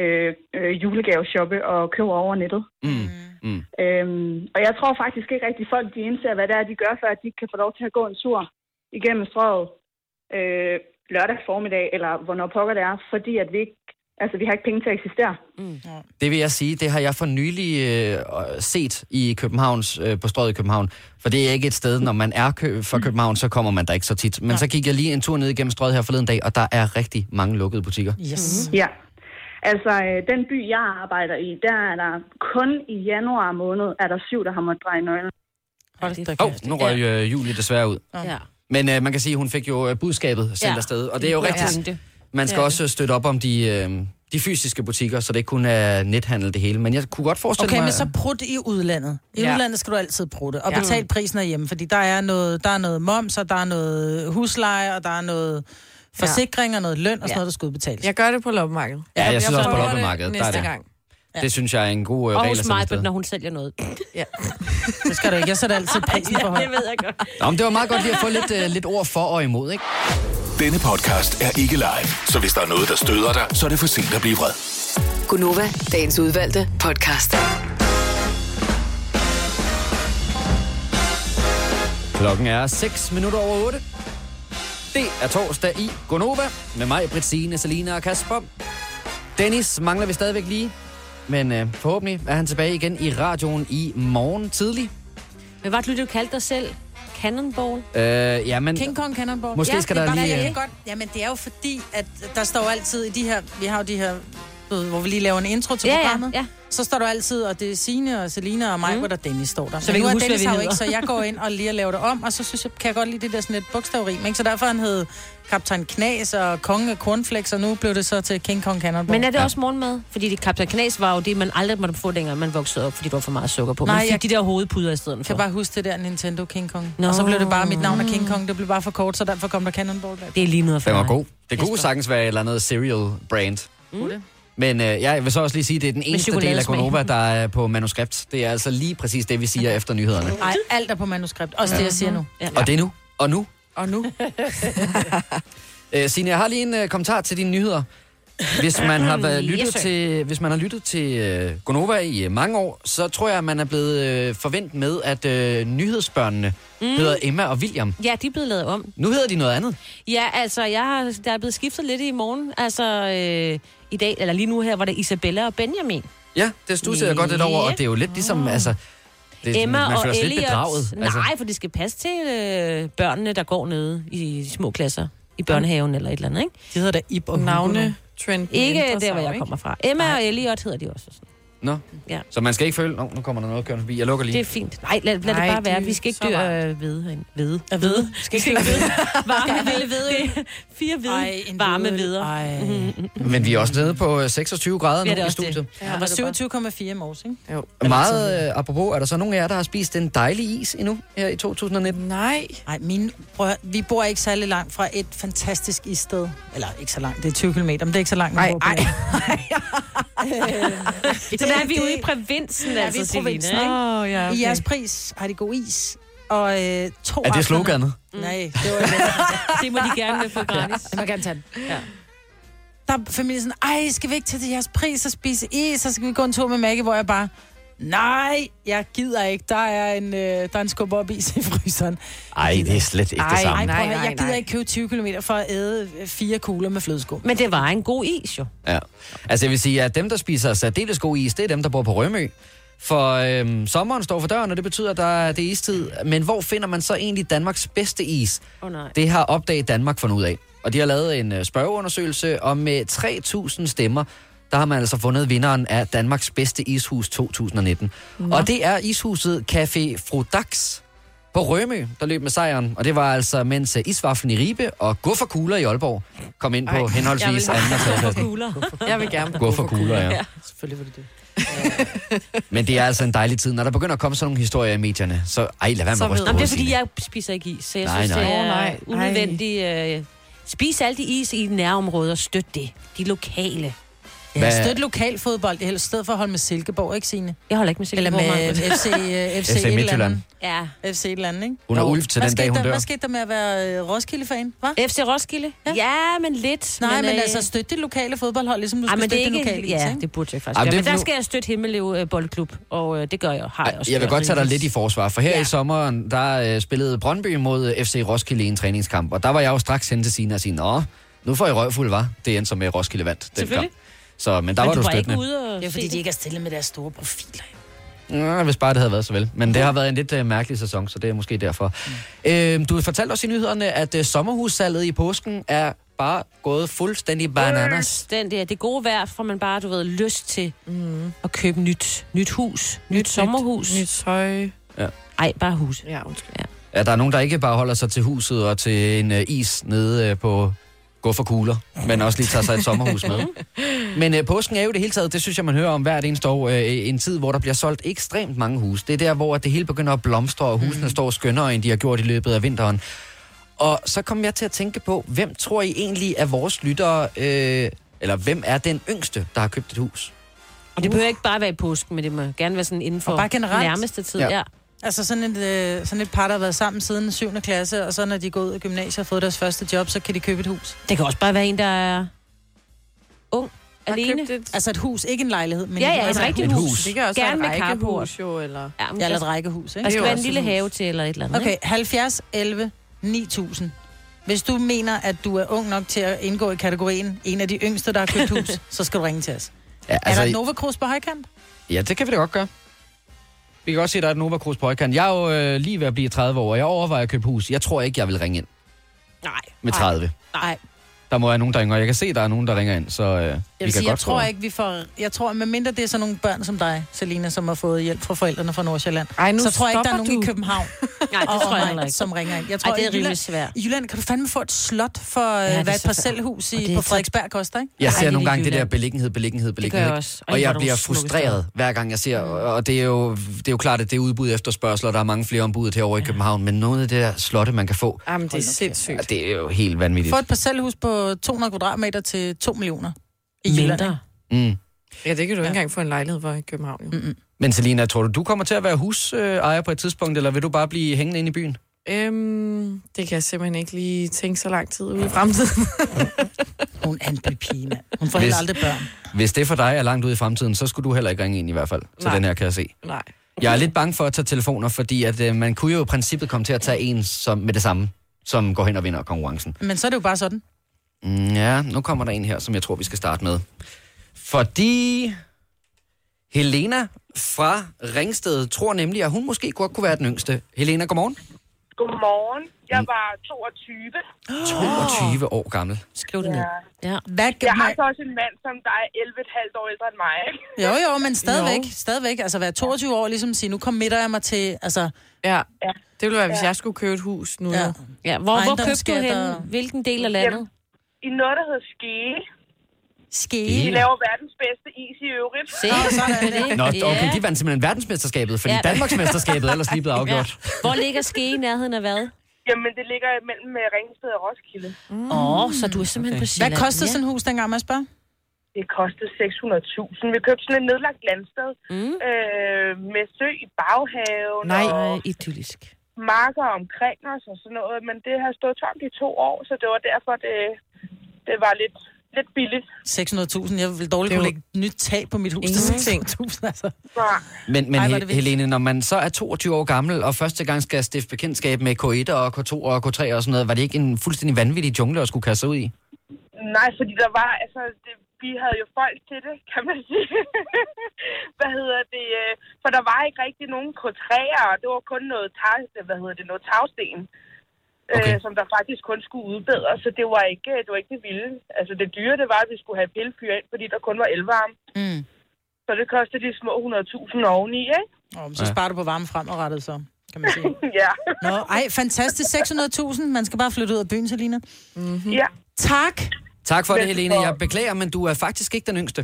[SPEAKER 11] øh, øh, julegaveshoppe og købe over nettet.
[SPEAKER 1] Mm. Mm.
[SPEAKER 11] Øhm, og jeg tror faktisk ikke rigtig, folk de indser, hvad det er, de gør, før de ikke kan få lov til at gå en tur igennem strøget øh, lørdag formiddag, eller hvornår pokker det er, fordi at vi ikke Altså, vi har ikke penge til at eksistere. Mm.
[SPEAKER 1] Det vil jeg sige, det har jeg for nylig øh, set i Københavns, øh, på strøget i København. For det er ikke et sted, når man er kø-
[SPEAKER 11] Mm.
[SPEAKER 1] fra København, så kommer man der ikke så tit. Men så gik jeg lige en tur ned igennem strøget her forleden dag, og der er rigtig mange lukkede butikker.
[SPEAKER 2] Yes.
[SPEAKER 11] Ja. Altså, øh, den by, jeg arbejder i, der er der kun i januar måned, er der syv, der har måttet dreje nøglen.
[SPEAKER 1] Åh, oh, nu røg øh, Julie desværre ud.
[SPEAKER 11] Ja.
[SPEAKER 1] Men øh, man kan sige, at hun fik jo øh, budskabet sendt
[SPEAKER 11] Ja.
[SPEAKER 1] ja. afsted, og det er jo
[SPEAKER 11] Ja.
[SPEAKER 1] rigtigt.
[SPEAKER 11] Ja.
[SPEAKER 1] Man skal
[SPEAKER 11] Det er
[SPEAKER 1] også støtte op om de, øh, de fysiske butikker, så det ikke kun er nethandel det hele. Men jeg kunne godt forestille
[SPEAKER 2] Okay,
[SPEAKER 1] mig...
[SPEAKER 2] men så prut i udlandet. I
[SPEAKER 1] Ja.
[SPEAKER 2] ja. udlandet skal du altid prutte. Og
[SPEAKER 1] Ja.
[SPEAKER 2] betale prisen herhjemme, fordi der er, noget, der er noget moms, og der er noget husleje, og der er noget forsikring og noget løn, og sådan
[SPEAKER 4] Ja.
[SPEAKER 2] noget, der skal udbetales.
[SPEAKER 4] Jeg gør det på loppemarkedet.
[SPEAKER 1] Ja, jeg synes også på
[SPEAKER 4] prøver det
[SPEAKER 1] loppemarkedet. Der er
[SPEAKER 4] Næste
[SPEAKER 1] det.
[SPEAKER 4] gang.
[SPEAKER 1] Ja. Det synes jeg er en god øh,
[SPEAKER 3] Og
[SPEAKER 1] regel at
[SPEAKER 3] hos
[SPEAKER 1] sætte
[SPEAKER 3] mig,
[SPEAKER 1] afsted.
[SPEAKER 3] når hun sælger noget.
[SPEAKER 4] ja.
[SPEAKER 2] Det skal du ikke. Jeg sætter altid prisen for højt.
[SPEAKER 3] det ved jeg godt.
[SPEAKER 1] Nå, men det var meget godt lige at få lidt, øh, lidt ord for og imod, ikke?
[SPEAKER 7] Denne podcast er ikke live, så hvis der er noget, der støder dig, så er det for sent at blive vred.
[SPEAKER 6] Gunova, dagens udvalgte podcast.
[SPEAKER 1] Klokken er 6 minutter over 8. Det er torsdag i Gonova med mig, Britt Signe, Selina og Kasper. Dennis mangler vi stadigvæk lige, men øh, forhåbentlig er han tilbage igen i radioen i morgen tidlig.
[SPEAKER 3] Men hvad er det, du kaldte dig selv? Cannonball?
[SPEAKER 1] Øh, ja, men...
[SPEAKER 2] King Kong Cannonball.
[SPEAKER 1] Måske skal
[SPEAKER 2] det er
[SPEAKER 1] der
[SPEAKER 2] bare-
[SPEAKER 1] lige,
[SPEAKER 2] Ja, jeg
[SPEAKER 1] øh,
[SPEAKER 2] kan godt. Jamen, det er jo fordi, at der står jo altid i de her... Vi har jo de her du ved, hvor vi lige laver en intro til
[SPEAKER 3] Ja, ja,
[SPEAKER 2] programmet.
[SPEAKER 3] ja.
[SPEAKER 2] Så står der altid, og det er Signe og Selina og mig, mm. hvor der Dennis står der.
[SPEAKER 3] Så
[SPEAKER 2] Men
[SPEAKER 3] vi
[SPEAKER 2] nu
[SPEAKER 3] kan
[SPEAKER 2] er
[SPEAKER 3] huske, hvad
[SPEAKER 2] Dennis
[SPEAKER 3] vi
[SPEAKER 2] her jo
[SPEAKER 3] hedder.
[SPEAKER 2] ikke, så jeg går ind og lige laver det om, og så synes jeg, kan jeg godt lide det der sådan lidt bogstavrim. Ikke? Så derfor er han hed Kaptajn Knas og Kongen af Cornflakes, og nu blev det så til King Kong Cannonball.
[SPEAKER 3] Men er det også morgenmad? Fordi det kaptajn Knas var jo det, man aldrig måtte få, dengang man voksede op, fordi der var for meget sukker på. Man
[SPEAKER 2] Nej,
[SPEAKER 3] fik
[SPEAKER 2] jeg-
[SPEAKER 3] de der hovedpuder i stedet
[SPEAKER 2] Jeg kan
[SPEAKER 3] for.
[SPEAKER 2] bare huske det der Nintendo King Kong.
[SPEAKER 3] Nå.
[SPEAKER 2] Og så blev det bare mit navn er King Kong. Det blev bare for kort, så derfor kom der Cannonball bag.
[SPEAKER 3] Det er lige noget for
[SPEAKER 1] Den var
[SPEAKER 3] mig.
[SPEAKER 1] god. Det kunne sagtens være et eller andet cereal brand.
[SPEAKER 2] Mm.
[SPEAKER 1] Men øh, jeg vil så også lige sige, at det er den eneste del af
[SPEAKER 2] chokoladesmag.
[SPEAKER 1] Gonova, der er på manuskript. Det er altså lige præcis det, vi siger efter nyhederne.
[SPEAKER 2] Nej, alt er på manuskript. Også ja. det, jeg siger nu. Ja.
[SPEAKER 1] Og det er nu. Og nu.
[SPEAKER 2] Og nu?
[SPEAKER 1] Øh, Signe, jeg har lige en øh, kommentar til dine nyheder. Hvis man har været lyttet
[SPEAKER 3] Yes, sir.
[SPEAKER 1] til, hvis man har lyttet til øh, Gonova i øh, mange år, så tror jeg, at man er blevet øh, forventet med, at øh, nyhedsbørnene mm. hedder Emma og William.
[SPEAKER 3] Ja, de er blevet lavet om.
[SPEAKER 1] Nu hedder de noget andet.
[SPEAKER 3] Ja, altså, jeg har, der er blevet skiftet lidt i morgen. Altså, øh, i dag, eller lige nu her, var det Isabella og Benjamin.
[SPEAKER 1] Ja, det studser jeg godt lidt over, og det er jo lidt ligesom, altså... Det,
[SPEAKER 3] Emma
[SPEAKER 1] man føler
[SPEAKER 3] og
[SPEAKER 1] sig lidt
[SPEAKER 3] Elliot.
[SPEAKER 1] bedraget.
[SPEAKER 3] Altså. Nej, for det skal passe til øh, børnene, der går nede i små klasser. I børnehaven eller et eller andet, ikke?
[SPEAKER 2] De hedder da Ib og
[SPEAKER 4] Navne, trend.
[SPEAKER 3] Ikke der, hvor jeg kommer fra. Emma
[SPEAKER 4] Nej.
[SPEAKER 3] og Elliot hedder de også.
[SPEAKER 1] Nå.
[SPEAKER 3] Ja.
[SPEAKER 1] Så man skal ikke føle, Nå, nu kommer der noget kørende forbi, jeg lukker lige.
[SPEAKER 3] Det er fint. Nej, lad, lad
[SPEAKER 4] Nej,
[SPEAKER 3] det bare
[SPEAKER 4] det
[SPEAKER 3] være.
[SPEAKER 4] er
[SPEAKER 3] Vi skal ikke
[SPEAKER 4] så
[SPEAKER 3] dø
[SPEAKER 4] rart.
[SPEAKER 3] øh, ved herinde. Ved.
[SPEAKER 2] Af ved.
[SPEAKER 3] Skal ikke dø ved. Varme vilde ved. Fire ved.
[SPEAKER 2] Ej, en
[SPEAKER 3] Varme Mhm,
[SPEAKER 2] vedel.
[SPEAKER 3] veder.
[SPEAKER 1] Men vi er også nede på øh, 26 grader
[SPEAKER 2] Ja, det
[SPEAKER 1] nu
[SPEAKER 2] er
[SPEAKER 1] i
[SPEAKER 2] også det.
[SPEAKER 1] studiet.
[SPEAKER 2] Ja, der var 27,4 i morges, ikke?
[SPEAKER 4] Jo.
[SPEAKER 1] Meget øh, apropos, er der så nogen af jer, der har spist en dejlig is endnu her i 2019?
[SPEAKER 4] Nej.
[SPEAKER 2] Nej, mine, prøv, at høre, vi bor ikke særlig langt fra et fantastisk issted. Eller ikke så langt, det er 20 km, men det er ikke så langt, man
[SPEAKER 3] Ej,
[SPEAKER 2] bor på
[SPEAKER 3] ej.
[SPEAKER 2] landet.
[SPEAKER 3] Så der er vi ude i provinsen,
[SPEAKER 2] Ja, vi
[SPEAKER 3] altså,
[SPEAKER 2] er i
[SPEAKER 3] Selina,
[SPEAKER 2] provinsen,
[SPEAKER 3] ikke?
[SPEAKER 2] ikke?
[SPEAKER 4] Åh, ja, okay.
[SPEAKER 2] I jeres pris har de god is. Og øh, to
[SPEAKER 1] Er det
[SPEAKER 2] aftener-
[SPEAKER 1] sloganet?
[SPEAKER 2] Nej, det var det.
[SPEAKER 3] Det må de gerne få gratis.
[SPEAKER 2] Jeg må gerne tage den.
[SPEAKER 3] Ja.
[SPEAKER 2] Der er familien sådan, ej, skal vi ikke tage til jeres pris og spise is, så skal vi gå en tur med Maggie, hvor jeg bare, nej, jeg gider ikke. Der er en, øh, der er en skub op is i fryseren.
[SPEAKER 1] Nej, det er slet ikke
[SPEAKER 2] Ej, ej, nej, nej, jeg gider ikke købe 20 km for at æde øh, fire kugler med flødeskum.
[SPEAKER 3] Men det var en god is, jo.
[SPEAKER 1] Ja. Altså jeg vil sige, at dem, der spiser særdeles god is, det er dem, der bor på Rømø. For øhm, sommeren står for døren, og det betyder, at der er, det er istid. Men hvor finder man så egentlig Danmarks bedste is?
[SPEAKER 3] Åh, nej.
[SPEAKER 1] Det har opdaget Danmark fundet ud af. Og de har lavet en øh, spørgeundersøgelse, og med 3.000 stemmer, der har man altså fundet vinderen af Danmarks bedste ishus 2019.
[SPEAKER 13] Nå.
[SPEAKER 1] Og det er ishuset Café Frodax på Rømø, der løb med sejren. Og det var altså, mens øh, isvaflen i Ribe og Gufferkugler i Aalborg kom ind på
[SPEAKER 4] Ej, jeg
[SPEAKER 1] henholdsvis
[SPEAKER 4] vil-
[SPEAKER 1] anden og tredjepladsen.
[SPEAKER 3] Kugler.
[SPEAKER 4] Jeg vil gerne på
[SPEAKER 1] Gå for kugler, ja.
[SPEAKER 2] Selvfølgelig var det det.
[SPEAKER 1] Men det er altså en dejlig tid. Når der begynder at komme sådan nogle historier i medierne, så ej, lad være med
[SPEAKER 4] Så
[SPEAKER 1] at
[SPEAKER 4] ved-
[SPEAKER 1] ryste
[SPEAKER 3] Nå, men det er
[SPEAKER 1] hovedet,
[SPEAKER 3] fordi,
[SPEAKER 1] Signe.
[SPEAKER 3] jeg spiser ikke is, så jeg
[SPEAKER 1] Nej,
[SPEAKER 3] synes,
[SPEAKER 1] nej.
[SPEAKER 3] det
[SPEAKER 1] Åh,
[SPEAKER 3] er
[SPEAKER 1] nej.
[SPEAKER 3] oh, unødvendigt. Øh, spis alt det is i nærområdet og støt det. De lokale.
[SPEAKER 2] Ja, støt lokal fodbold, det er i stedet for at holde med Silkeborg, ikke Signe?
[SPEAKER 3] Jeg holder ikke med Silkeborg,
[SPEAKER 2] Eller med
[SPEAKER 3] Mark.
[SPEAKER 2] FC, øh, FC,
[SPEAKER 1] FC
[SPEAKER 2] FC
[SPEAKER 1] Midtjylland.
[SPEAKER 2] Midtjylland.
[SPEAKER 3] Ja.
[SPEAKER 2] FC et eller andet, ikke?
[SPEAKER 1] Hun er
[SPEAKER 2] Jo.
[SPEAKER 1] ulv til
[SPEAKER 2] Hvad
[SPEAKER 1] den dag,
[SPEAKER 2] skete
[SPEAKER 1] hun
[SPEAKER 2] der-
[SPEAKER 1] dør.
[SPEAKER 2] Hvad skete der med at være øh, Roskilde-fan, hva?
[SPEAKER 3] FC Roskilde? Ja, ja men lidt.
[SPEAKER 2] Nej, men,
[SPEAKER 3] øh,
[SPEAKER 2] altså støt det lokale fodboldhold, ligesom du
[SPEAKER 3] Ej,
[SPEAKER 2] skal
[SPEAKER 3] men
[SPEAKER 2] støtte
[SPEAKER 3] det
[SPEAKER 2] det,
[SPEAKER 3] er ikke...
[SPEAKER 2] lokale is,
[SPEAKER 3] ja,
[SPEAKER 2] ikke?
[SPEAKER 3] det burde jeg faktisk
[SPEAKER 1] Ej,
[SPEAKER 3] gøre.
[SPEAKER 1] men det er
[SPEAKER 3] Men der
[SPEAKER 1] nu-
[SPEAKER 3] skal jeg støtte Himmeløv øh, Boldklub, og øh, det gør jeg. Har jeg også
[SPEAKER 1] Jeg vil
[SPEAKER 3] gjort
[SPEAKER 1] godt tage dig
[SPEAKER 3] rimeligt.
[SPEAKER 1] lidt i forsvar, for her ja. i sommeren, der øh, spillede Brøndby mod øh, FC Roskilde i en træningskamp, og der var jeg jo straks hen til Signe og sige, Nå, nu får I røvfuld, var. Det endte som med at Roskilde vandt den
[SPEAKER 3] Selvfølgelig.
[SPEAKER 1] kamp. Så, men der var du støttende.
[SPEAKER 3] ude og
[SPEAKER 2] Det er fordi, de ikke er stille med deres store profiler.
[SPEAKER 1] Nå, hvis bare det havde været så vel. Men det har været en lidt uh, mærkelig sæson, så det er måske derfor. Mm. Øh, du fortalte også i nyhederne, at uh, sommerhussalget i påsken er bare gået fuldstændig bananas.
[SPEAKER 3] Den der, det gode vejr får man bare, du ved, lyst til mm. at købe nyt, nyt hus, nyt, nyt sommerhus. Nyt
[SPEAKER 4] tøj.
[SPEAKER 1] Ja.
[SPEAKER 3] Ej, bare hus.
[SPEAKER 4] Ja, undskyld.
[SPEAKER 3] Ja.
[SPEAKER 1] Ja, der er nogen, der ikke bare holder sig til huset og til en uh, is nede uh, på gå for kugler, men også lige tager sig et sommerhus med. Men øh, påsken er jo det hele taget, det synes jeg, man hører om hvert eneste år, øh, en tid, hvor der bliver solgt ekstremt mange huse. Det er der, hvor det hele begynder at blomstre, og husene mm. står skønnere, end de har gjort i løbet af vinteren. Og så kom jeg til at tænke på, hvem tror I egentlig er vores lyttere, øh, eller hvem er den yngste, der har købt et hus?
[SPEAKER 3] Og det behøver ikke bare være i påsken, men det må gerne være sådan inden for
[SPEAKER 2] Uh. Og bare generelt.
[SPEAKER 3] nærmeste tid.
[SPEAKER 1] Ja.
[SPEAKER 3] Ja. ja.
[SPEAKER 2] Altså sådan et, øh, sådan et par, der har været sammen siden 7. klasse, og så når de går ud af gymnasiet og fået deres første job, så kan de købe et hus.
[SPEAKER 3] Det kan også bare være en, der er ung, alene.
[SPEAKER 4] Et...
[SPEAKER 2] Altså et hus, ikke en lejlighed, men
[SPEAKER 3] Ja,
[SPEAKER 2] et,
[SPEAKER 3] ja,
[SPEAKER 2] altså
[SPEAKER 3] et rigtigt hus. Det kan også være et rækkehus,
[SPEAKER 4] jo, eller...
[SPEAKER 3] Ja, men
[SPEAKER 2] Ja, eller et
[SPEAKER 3] altså-
[SPEAKER 2] rækkehus, ikke?
[SPEAKER 3] Der skal
[SPEAKER 2] Det er
[SPEAKER 3] være
[SPEAKER 2] jo
[SPEAKER 3] en
[SPEAKER 2] også
[SPEAKER 3] lille
[SPEAKER 2] et hus.
[SPEAKER 3] have til, eller et eller andet.
[SPEAKER 2] Okay,
[SPEAKER 3] ikke?
[SPEAKER 2] 70, 11, 9000. Hvis du mener, at du er ung nok til at indgå i kategorien en af de yngste, der har købt hus, så skal du ringe til os.
[SPEAKER 1] Ja,
[SPEAKER 2] Altså, er der et Nova Cruz på højkant?
[SPEAKER 1] Ja, det kan vi da godt gøre. Vi kan godt se, at der er et Nova Cruz på højkant. Jeg er jo øh, lige ved at blive 30 år, og jeg overvejer at købe hus. Jeg tror ikke, jeg vil ringe ind
[SPEAKER 3] Nej.
[SPEAKER 1] med 30. Nej.
[SPEAKER 2] Nej.
[SPEAKER 1] Der må være nogen, der ringer. Jeg kan se, at der er nogen, der ringer ind, så øh, jeg vi
[SPEAKER 2] Jeg
[SPEAKER 1] kan
[SPEAKER 2] vil sige,
[SPEAKER 1] godt
[SPEAKER 2] jeg tror
[SPEAKER 1] prøve.
[SPEAKER 2] ikke, vi får... Jeg tror, medmindre det er sådan nogle børn som dig, Selina, som har fået hjælp fra forældrene fra Nordsjælland,
[SPEAKER 4] Ej, nu
[SPEAKER 2] så tror jeg ikke, der er
[SPEAKER 4] stopper
[SPEAKER 2] nogen
[SPEAKER 4] du.
[SPEAKER 2] i København
[SPEAKER 3] Nej, det
[SPEAKER 2] og
[SPEAKER 3] tror jeg
[SPEAKER 2] omegn,
[SPEAKER 3] heller ikke.
[SPEAKER 2] som ringer ind. Jeg
[SPEAKER 3] Ej,
[SPEAKER 2] tror,
[SPEAKER 3] det
[SPEAKER 2] i
[SPEAKER 3] er
[SPEAKER 2] Jylland-
[SPEAKER 3] rimelig svært.
[SPEAKER 2] I Jylland kan du fandme få et slot for,
[SPEAKER 3] det
[SPEAKER 2] ja,
[SPEAKER 3] er
[SPEAKER 2] hvad et
[SPEAKER 3] så
[SPEAKER 2] parcelhus
[SPEAKER 3] svært. Og
[SPEAKER 2] i,
[SPEAKER 3] det er
[SPEAKER 2] på
[SPEAKER 3] så-
[SPEAKER 2] Frederiksberg koster, ikke?
[SPEAKER 1] Jeg
[SPEAKER 3] Ej,
[SPEAKER 1] ser
[SPEAKER 3] lille
[SPEAKER 1] nogle gange det der
[SPEAKER 3] Jylland.
[SPEAKER 1] belæggenhed, belæggenhed,
[SPEAKER 3] gør
[SPEAKER 1] belæggenhed.
[SPEAKER 3] jeg
[SPEAKER 1] ikke?
[SPEAKER 3] også. Ej,
[SPEAKER 1] Og
[SPEAKER 3] hvor er
[SPEAKER 1] jeg
[SPEAKER 3] der
[SPEAKER 1] bliver
[SPEAKER 3] nogle smukke
[SPEAKER 1] frustreret, hver gang jeg ser. Og og det er jo, det er jo klart, at det er udbud efter spørgsmål, og der er mange flere ombud herovre i København. Men noget af det der slotte, man kan få,
[SPEAKER 4] Jamen, det er sindssygt.
[SPEAKER 1] ja, det er jo helt vanvittigt.
[SPEAKER 2] Få et parcelhus på 200 kvadratmeter til 2 millioner. I
[SPEAKER 3] Mindre.
[SPEAKER 2] Jylland, ikke?
[SPEAKER 1] Mm.
[SPEAKER 4] Ja, det kan du ikke engang få en lejlighed for i København. Jo. Mm-hmm.
[SPEAKER 1] Men Selina, tror du, du kommer til at være husejer på et tidspunkt, eller vil du bare blive hængende inde i byen?
[SPEAKER 4] Øhm, det kan jeg simpelthen ikke lige tænke så lang tid ude i fremtiden.
[SPEAKER 2] Hun er en bypige, mand. Hun får heller aldrig børn.
[SPEAKER 1] Hvis det for dig er langt ude i fremtiden, så skulle du heller ikke ringe ind i hvert fald. Så
[SPEAKER 4] Nej.
[SPEAKER 1] den her kan jeg se.
[SPEAKER 4] Nej.
[SPEAKER 1] Jeg er lidt bange for at tage telefoner, fordi at, øh, man kunne jo i princippet komme til at tage en som, med det samme, som går hen og vinder konkurrencen.
[SPEAKER 2] Men så er det jo bare sådan.
[SPEAKER 1] Mm, Ja, nu kommer der en her, som jeg tror, vi skal starte med. Fordi Helena fra Ringsted tror nemlig, at hun måske godt kunne være den yngste. Helena, godmorgen.
[SPEAKER 8] Godmorgen. Jeg
[SPEAKER 1] Mm.
[SPEAKER 8] var 22.
[SPEAKER 1] 22 år gammel.
[SPEAKER 3] Skriv det ned. Ja.
[SPEAKER 2] Hvad gør
[SPEAKER 8] Jeg har
[SPEAKER 2] man-
[SPEAKER 8] så også en mand, som der er 11,5 år ældre end mig. ikke?
[SPEAKER 2] Jo, jo, men stadigvæk. Stadigvæk. Altså, være 22 år, ligesom sige, nu committer jeg mig til, altså...
[SPEAKER 4] Ja. Det ville være, hvis jeg skulle købe et hus nu.
[SPEAKER 2] Ja.
[SPEAKER 4] Ja.
[SPEAKER 3] Ja, hvor, hvor købte du
[SPEAKER 2] Ejendomsskat og-
[SPEAKER 3] henne? Hvilken del af landet?
[SPEAKER 8] I noget, der hedder Skege. De
[SPEAKER 2] Skæge.
[SPEAKER 8] laver verdens bedste is i øvrigt.
[SPEAKER 3] Se, sådan er det.
[SPEAKER 1] Nå, okay,
[SPEAKER 3] Ja.
[SPEAKER 1] de vandt simpelthen verdensmesterskabet, fordi
[SPEAKER 3] Ja.
[SPEAKER 1] Danmarksmesterskabet er ellers lige blevet afgjort.
[SPEAKER 3] Hvor ligger Ske i nærheden af hvad?
[SPEAKER 8] Jamen, det ligger mellem øh, Ringsted og Roskilde.
[SPEAKER 3] Åh, oh, så du er simpelthen okay. på
[SPEAKER 2] Hvad
[SPEAKER 3] Sjælland.
[SPEAKER 2] kostede sådan et hus, dengang man spørger?
[SPEAKER 8] Det kostede 600.000. Vi købte sådan et nedlagt landsted
[SPEAKER 3] Mm.
[SPEAKER 8] øh, med sø i baghaven
[SPEAKER 3] Nej,
[SPEAKER 8] og
[SPEAKER 3] øh, idyllisk.
[SPEAKER 8] marker omkring os og sådan noget. Men det har stået tomt i to år, så det var derfor, det, det var lidt, lidt billigt.
[SPEAKER 2] 600.000. Jeg vil dårligt
[SPEAKER 4] Det er
[SPEAKER 2] kunne
[SPEAKER 4] jo
[SPEAKER 2] lægge et nyt tag på mit hus. Det er
[SPEAKER 4] ingenting.
[SPEAKER 2] 600.000, altså.
[SPEAKER 8] Så,
[SPEAKER 1] Men, men
[SPEAKER 2] Ej,
[SPEAKER 1] Ej,
[SPEAKER 2] hvor er det vildt.
[SPEAKER 1] Helene, når man så er 22 år gammel, og første gang skal stifte bekendtskab med K1 og K2 og K3 og sådan noget, var det ikke en fuldstændig vanvittig jungle at skulle kaste sig ud i?
[SPEAKER 8] nej, fordi der var, altså, det, vi havde jo folk til det, kan man sige. hvad hedder det? øh, For der var ikke rigtig nogen kotræer, og det var kun noget, tag, øh, hvad hedder det, noget tagsten. Okay.
[SPEAKER 1] Okay.
[SPEAKER 8] Øh, som der faktisk kun skulle udbedres, så det var ikke det, var ikke det vilde. Altså det dyre, det var, at vi skulle have pillefyr ind, fordi der kun var elvarme.
[SPEAKER 2] Mm.
[SPEAKER 8] Så det kostede de små 100.000 oveni, ikke?
[SPEAKER 2] Oh, men så
[SPEAKER 1] Ja.
[SPEAKER 2] sparer du på varme fremadrettet, så kan man sige.
[SPEAKER 8] ja.
[SPEAKER 2] Nå, ej, fantastisk. 600.000. Man skal bare flytte ud af byen, Selina.
[SPEAKER 4] Mhm.
[SPEAKER 8] ja.
[SPEAKER 2] Tak.
[SPEAKER 1] Tak for det,
[SPEAKER 8] Men-
[SPEAKER 1] Helene. Jeg beklager, men du er faktisk ikke den yngste.